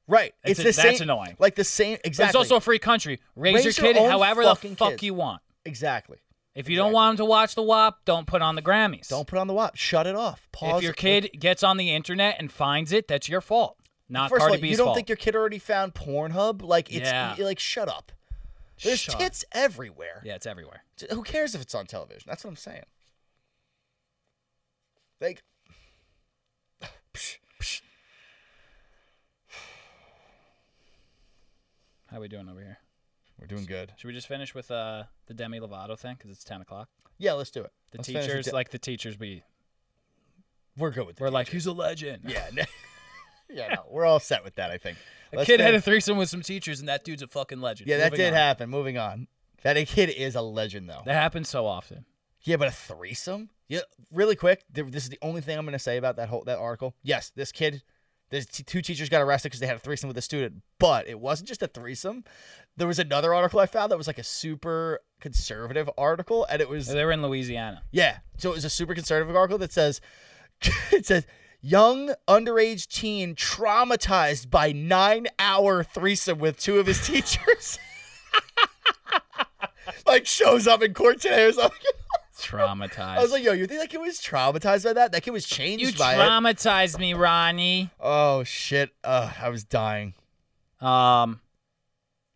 Right. It's It's, a- the that's same. annoying. Like, the same. But Exactly. It's also a free country. Raise, Raise your your kid own however the fucking fuck kids. you want. exactly. If you don't want him to watch the WAP, don't put on the Grammys. Don't put on the WAP. Shut it off. Pause. If your it. kid gets on the internet and finds it, that's your fault, not First uh, Cardi of all, B's you don't fault. think your kid already found Pornhub? Like, it's Yeah. like, shut up. There's Shut up. tits everywhere. Yeah, it's everywhere. J- Who cares if it's on television? That's what I'm saying. Like, How we doing over here? we're doing good. Should we just finish with uh, the Demi Lovato thing because it's ten o'clock? Yeah, let's do it. The Let's finish teachers, with- like the teachers, we we're good with. The we're like, he's a legend. yeah, no- yeah, no, we're all set with that. I think. A Let's kid had a finish- threesome with some teachers, and that dude's a fucking legend. yeah, that Moving did on. happen. Moving on. That a kid is a legend, though. That happens so often. yeah, but a threesome. Yeah, really quick. th- This is the only thing I'm gonna say about that whole that article. Yes, this kid. There's t- two teachers got arrested because they had a threesome with a student, but it wasn't just a threesome. There was another article I found that was like a super conservative article, and it was They were in Louisiana. Yeah. So it was a super conservative article that says it says young underage teen traumatized by nine hour threesome with two of his teachers. like shows up in court today or something. Traumatized. I was like, yo, you think that kid was traumatized by that? That kid was changed you by it. traumatized me, Ronnie. Oh shit. Uh, I was dying. Um,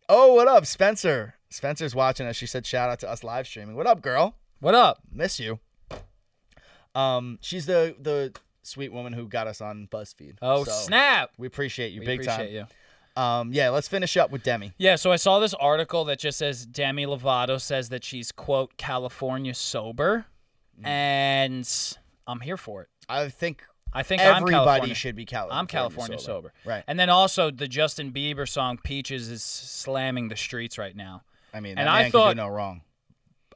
Oh, what up, Spencer? Spencer's watching us. She said shout out to us live streaming. What up, girl? what up? Miss you. Um, she's the the sweet woman who got us on BuzzFeed. Oh So- snap! We appreciate you We big appreciate time. you. Um, yeah, let's finish up with Demi. Yeah, so I saw this article that just says Demi Lovato says that she's quote California sober, Mm. and I'm here for it. I think I think I'm everybody California. should be California. I'm California sober. Right. And then also the Justin Bieber song Peaches is slamming the streets right now. I mean, and that I man thought- could do no wrong.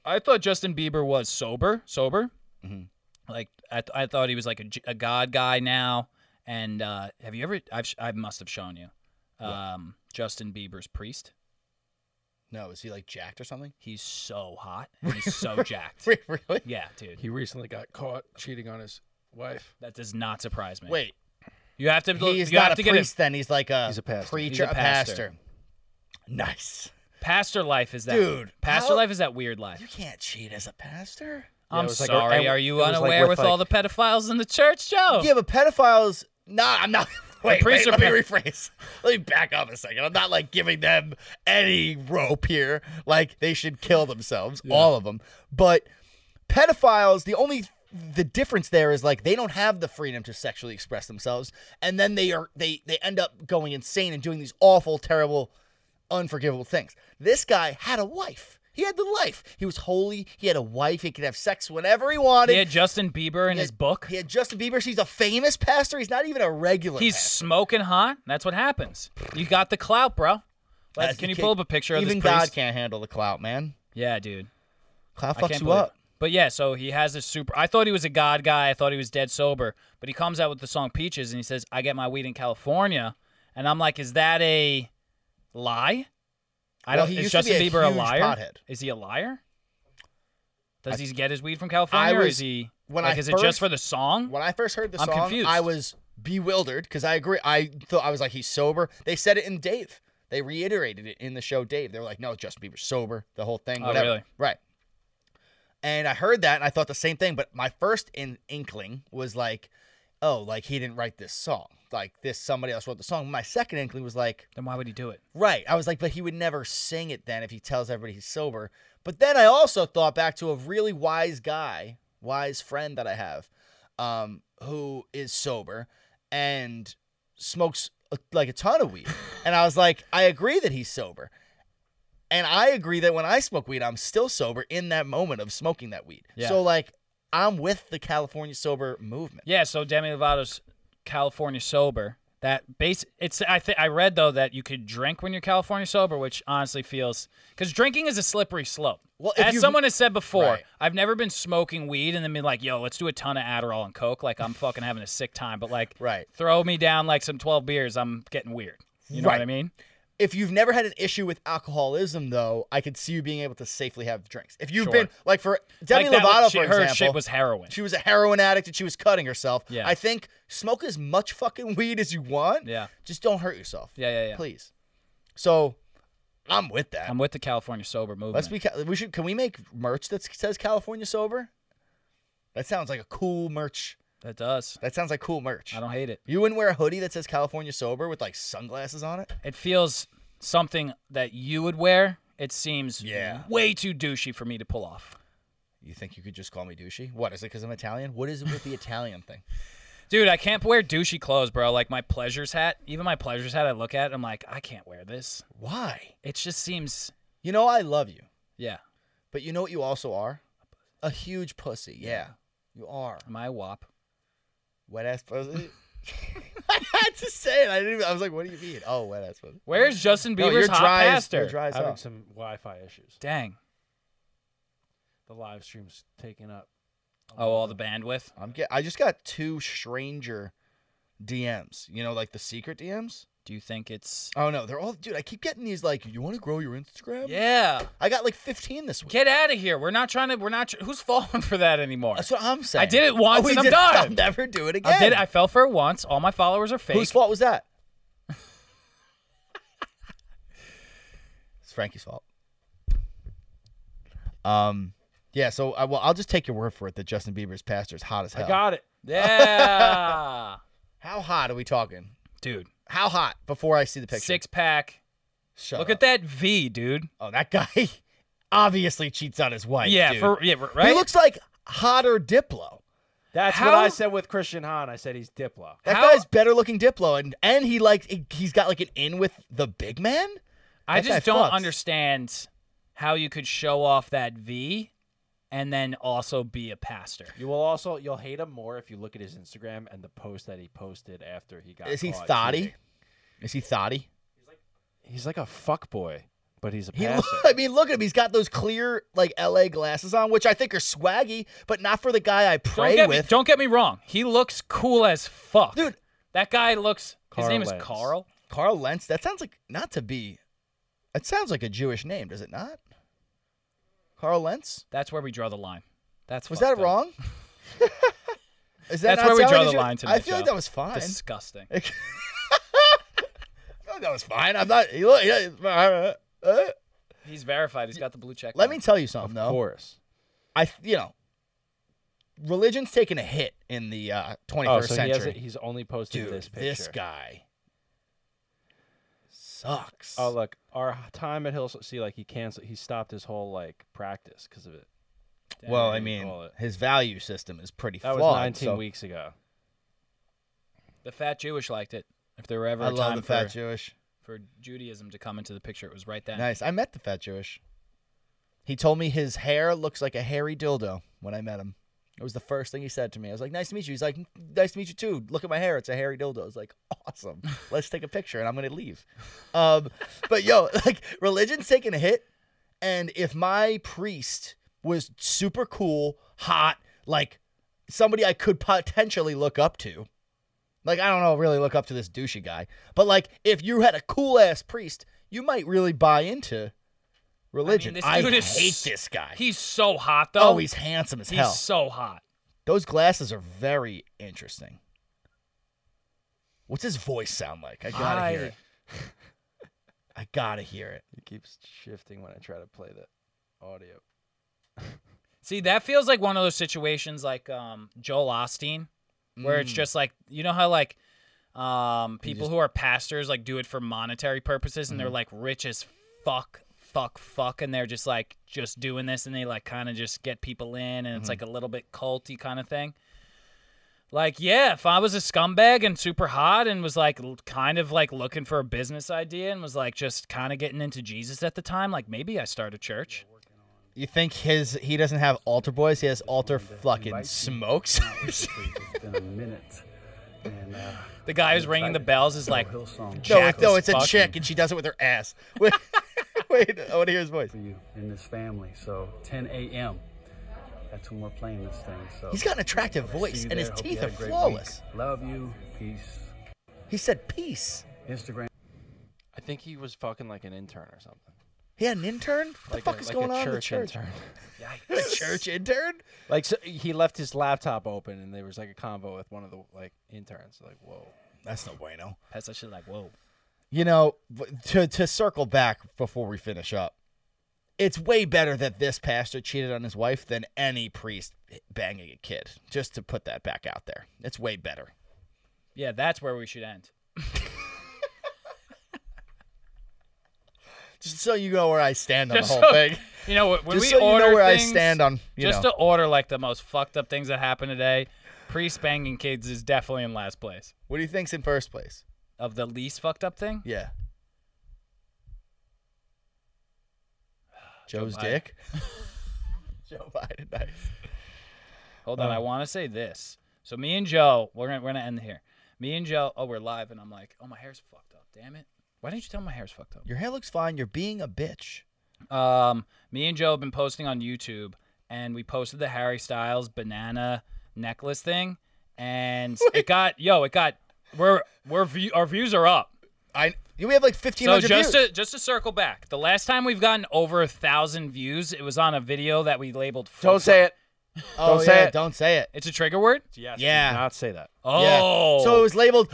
I thought Justin Bieber was sober, sober. Mm-hmm. Like I, th- I thought he was like a, j- a god guy now. And uh, have you ever? I've, sh- I must have shown you, um, Justin Bieber's priest. No, is he like jacked or something? He's so hot. and He's so jacked. Wait, really? Yeah, dude. He recently got caught cheating on his wife. That does not surprise me. Wait, you have to. he's you not have a to priest then. He's like a, He's a pastor. preacher, He's a pastor. Nice. get a pastor life. Is that Dude, Pastor how- life is that weird life. You can't cheat as a pastor. Yeah, it I'm was like a- sorry. and Are you it was like unaware with with all the like- Oh. pedophiles in the church, Joe? Yeah, but pedophiles. Nah, I'm not. Wait, priests wait, are let me pa- rephrase. Let me back up a second. I'm not like giving them any rope here. Like they should kill themselves, all of them. But pedophiles, the only the difference there is like they don't have the freedom to sexually express themselves, and then they are they they end up going insane and doing these awful, terrible, unforgivable things. This guy had a wife. He had the life. He was holy. He had a wife. He could have sex whenever he wanted. He had Justin Bieber in his book. He had Justin Bieber. He's a famous pastor. He's not even a regular. He's pastor. smoking hot. That's what happens. You got the clout, bro. Like, That's can the you kid. pull up a picture of Even this God priest? can't handle the clout, man. Yeah, dude. Clout I fucks can't you believe up. it. But yeah, so he has this super. I thought he was a God guy. I thought he was dead sober. But he comes out with the song Peaches and he says, I get my weed in California. And I'm like, is that a lie? I Well, don't. he Is used to be Justin a Bieber a huge liar? pothead. Is he a liar? Does he get his weed from California, or was- is he? when like, I is it just first- for the song? When I first heard the I'm song, confused. I was bewildered because I agree. I thought I was like, he's sober. They said it in Dave. They reiterated it in the show Dave. They were like, no, Justin Bieber's sober. The whole thing. Oh, Whatever. really? Right. And I heard that and I thought the same thing. But my first in- inkling was like, oh, like he didn't write this song. Like this, somebody else wrote the song. My second inkling was like, Then why would he do it? Right. I was like, but he would never sing it then if he tells everybody he's sober. But then I also thought back to a really wise guy, wise friend that I have, um, who is sober and smokes uh, like a ton of weed. And I was like, I agree that he's sober. And I agree that when I smoke weed, I'm still sober in that moment of smoking that weed. Yeah. So, like, I'm with the California sober movement. Yeah, so Demi Lovato's California sober. That base, it's. I think I read though that you could drink when you're California sober, which honestly feels because drinking is a slippery slope. Well, if as you- someone has said before, Right. I've never been smoking weed and then been like, "Yo, let's do a ton of Adderall and coke." Like I'm fucking having a sick time, but like, Right. throw me down like some 12 beers, I'm getting weird. You know what I Right. mean? if you've never had an issue with alcoholism, though, I could see you being able to safely have drinks. If you've Sure. been like for Demi like that Lovato, was- for she- her example, shit was heroin. she was a heroin addict and she was cutting herself. Yeah. I think smoke as much fucking weed as you want. Yeah. Just don't hurt yourself. Yeah, yeah, yeah. Please. So, I'm with that. I'm with the California sober movement. Let's be. Ca- We should. Can we make merch that says California sober? That sounds like a cool merch. that does. That sounds like cool merch. I don't hate it. You wouldn't wear a hoodie that says California sober with like sunglasses on it. It feels something that you would wear. It seems Yeah. way too douchey for me to pull off. You think you could just call me douchey? What is it? Because I'm Italian. What is it with the Italian thing? Dude, I can't wear douchey clothes, bro. Like my pleasures hat, even my pleasures hat, I look at it, I'm like, I can't wear this. Why? It just seems, You know I love you, yeah. but you know what you also are? A huge pussy. Yeah, you are Am I a wop? wet ass pussy. I had to say it. I didn't. Even, I was like, "What do you mean? Oh, wet ass pussy." Where's Justin No, Bieber's you're hot dry as- pastor? You're dry as having hell. some Wi-Fi issues. Dang. The live stream's taking up. Oh, all the bandwidth. I'm get. I just got two stranger DMs. You know, like the secret DMs. Do you think it's? Oh no, they're all dude. I keep getting these like, "You want to grow your Instagram?" Yeah. I got like 15 this week. Get out of here. We're not trying to. We're not. tr- Who's falling for that anymore? That's what I'm saying. did it once We and I'm did- done. I'll never do it again. I did. it. I fell for it once. All my followers are fake. Whose fault was that? it's Frankie's fault. Um, yeah. So I, well, I'll just take your word for it that Justin Bieber's pastor is hot as hell. I got it. Yeah. How hot are we talking? Dude, How hot? Before I see the picture. six pack. Shut Look up. at that V, dude. Oh, that guy obviously cheats on his wife. Yeah, dude. for yeah, r- right. He looks like hotter Diplo. That's what How- I said with Christian Hahn. I said he's Diplo. That How- guy's better looking Diplo, and and he like he's got like an in with the big man. I That guy just don't fucks. understand how you could show off that V and then also be a pastor. You will also you'll hate him more if you look at his Instagram and the post that he posted after he got. Is he caught thotty? cheating. Is he thotty? He's like a fuck boy, but he's a He, pastor. I mean, look at him. He's got those clear, like LA glasses on, which I think are swaggy, but not for the guy I Don't pray get, me, with. don't get me wrong. He looks cool as fuck. Dude. That guy looks his Carl name is Lentz. Carl. Carl Lentz. That sounds like not to be. That sounds like a Jewish name, does it not? Carl Lentz. That's where we draw the line. That's Was fucked that up. wrong? Is that That's not where we sound draw like a the Jew- line tonight, I feel like Joe. that was fine. Disgusting. I feel like that was fine. I'm not. you look- yeah, uh, uh. He's verified. He's got the blue check. Let mark. me tell you something, of though. course. I you know, religion's taken a hit in the uh, 21st Oh, so he century. hasn't, he's only posted Dude, this this, picture. guy sucks. Oh, look, our time at Hill. See, like he canceled. He stopped his whole like practice because of it. well, Whatever I you mean, call it. his value system is pretty that flawed. was 19 so- weeks ago. The fat Jewish liked it. If there were ever I a love time the fat for, Jewish. for Judaism to come into the picture, it was right then. Nice. I met the fat Jewish. He told me his hair looks like a hairy dildo when I met him. It was the first thing he said to me. I was like, "Nice to meet you." He's like, "Nice to meet you too." Look at my hair; it's a hairy dildo. I was like, "Awesome." Let's take a picture, and I'm gonna leave. Um, but yo, like, religion's taking a hit, and if my priest was super cool, hot, like somebody I could potentially look up to, like, I don't know, really look up to this douchey guy. But, like, if you had a cool ass priest, you might really buy into religion. this I, dude is hate s- this guy. He's so hot though. oh, he's handsome as he's hell. so hot. Those glasses are very interesting. What's his voice sound like? I gotta hear I- it. I gotta hear it. It keeps shifting when I try to play the audio. See, that feels like one of those situations like um, Joel Osteen, where Mm. it's just like you know how like um, people who are pastors like do it for monetary purposes, Mm-hmm. and they're like rich as fuck, fuck, fuck, and they're just like just doing this, and they like kind of just get people in, and Mm-hmm. it's like a little bit culty kind of thing. Like, yeah, if I was a scumbag and super hot and was like l- kind of like looking for a business idea and was like just kind of getting into Jesus at the time, like maybe I start a church. You think his he doesn't have altar boys? He has altar fucking smokes. it's been a minute. And, uh, The guy who's ringing the bells is like, Hillsong no, Jack it- no, was it's a fucking- chick, and she does it with her ass. Wait, wait, I want to hear his voice. for you in this family. So 10 a.m. That's when we're playing this thing. So He's got an attractive voice, Oh, See you and his there. Hope you teeth had are a great flawless. week. Love you. Peace. He said peace. Instagram. I think he was fucking like an intern or something. He had an intern. What like the fuck a, is like going a on in church the church? intern. A church intern? like so he left his laptop open and there was like a convo with one of the like interns. Like whoa. That's no bueno. That's actually like, whoa. You know, v- to to circle back before we finish up, it's way better that this pastor cheated on his wife than any priest banging a kid. Just to put that back out there, it's way better. Yeah, that's where we should end. Just so you know where I stand on Just the whole so- thing. You know, when Just we so you order know where things, I stand on. You just know. to order like the most fucked up things that happened today, priest banging kids is definitely in last place. what do you think's in first place? Of the least fucked up thing, Yeah. Joe's Biden. dick. Joe Biden, nice. hold Uh-huh. on, I want to say this. So me and Joe, we're gonna we're gonna end here. Me and Joe, oh, we're live, and I'm like, oh, my hair's fucked up. Damn it! Why didn't you tell me my hair's fucked up? Your hair looks fine. You're being a bitch. Um, me and Joe have been posting on YouTube, and we posted the Harry Styles banana necklace thing, and it got yo, it got we're we're view, our views are up. I. We have like fifteen So hundred just views. to just to circle back, the last time we've gotten over a thousand views, it was on a video that we labeled. Don't say it. oh don't say yeah, it. don't say it. It's a trigger word. Yes. Yeah. Do not say that. Yeah. Oh, So it was labeled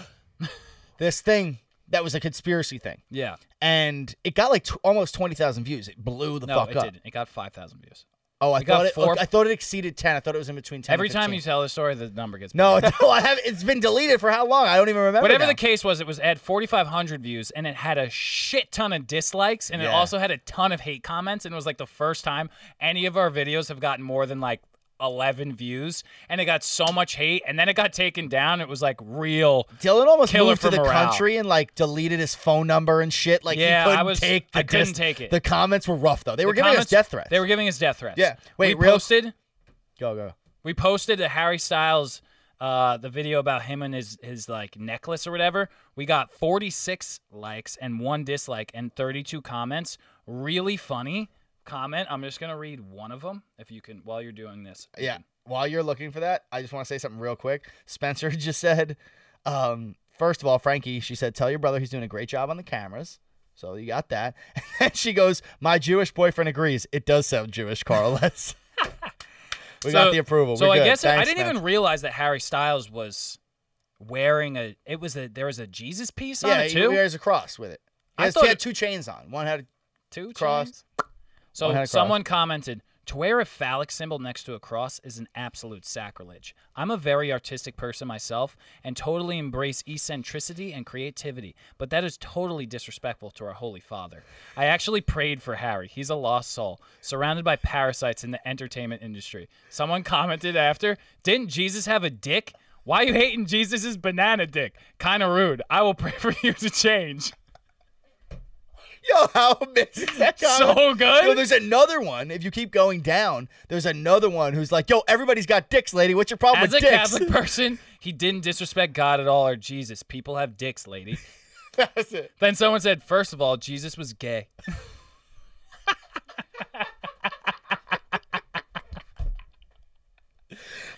this thing that was a conspiracy thing, yeah. and it got like t- almost twenty thousand views. It blew the No, fuck it up. didn't. It got five thousand views. Oh, I got thought it. four- I thought it exceeded ten. I thought it was in between ten. and Every time 15. you tell the story, the number gets No, no, I have. It's been deleted for how long? I don't even remember. Whatever now. the case was, it was at 4,500 views and it had a shit ton of dislikes and it Yeah. also had a ton of hate comments. And it was like the first time any of our videos have gotten more than like 11 views. And it got so much hate. And then it got taken down. It was like real. Dylan almost Killer moved to for the morale. country and like deleted his phone number and shit. Like Yeah, I he couldn't was- take. The I couldn't dis- take it. The comments were rough though. They were The giving us comments- death threats. They were giving us death threats. Yeah. Wait, we real- posted. go go. We posted a Harry Styles, uh, the video about him and his his like necklace or whatever. We got 46 likes and one dislike and 32 comments. Really funny comment. I'm just gonna read one of them if you can while you're doing this. Yeah. While you're looking for that, I just want to say something real quick. Spencer just said, um, first of all, Frankie, she said, tell your brother he's doing a great job on the cameras. So you got that. And then she goes, my Jewish boyfriend agrees. It does sound Jewish, Carl. That's- we got the approval. So We're I good. guess I Thanks, didn't Spencer. even realize that Harry Styles was wearing a. It was a there was a Jesus piece on Yeah, it he too. wears a cross with it. He I has- thought he had it- two chains on. One had two cross. chains? One had So a cross. someone commented, To wear a phallic symbol next to a cross is an absolute sacrilege. I'm a very artistic person myself and totally embrace eccentricity and creativity, but that is totally disrespectful to our Holy Father. I actually prayed for Harry. He's a lost soul, surrounded by parasites in the entertainment industry. Someone commented after, Didn't Jesus have a dick? Why you hating Jesus' banana dick? Kinda rude. I will pray for you to change. Yo, how amazing is that So comment? good. Yo, there's another one. If you keep going down, there's another one who's like, "Yo, everybody's got dicks, lady. What's your problem As a with dicks?" Catholic person, he didn't disrespect God at all or Jesus. People have dicks, lady. That's it. Then someone said, first of all, Jesus was gay.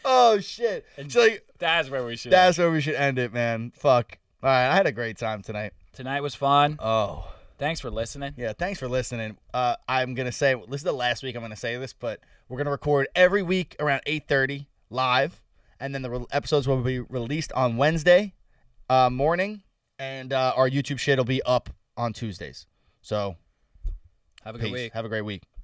Oh shit. It's like That's where we should. that's where we should end it, man. Fuck. All right, I had a great time tonight. Tonight was fun. Oh. Thanks for listening. Yeah, thanks for listening. Uh, I'm gonna say this is the last week I'm gonna say this, but we're gonna record every week around 8:30 live, and then the re- episodes will be released on Wednesday uh, morning, and uh, our YouTube shit will be up on Tuesdays. So Have a good peace. week. Have a great week.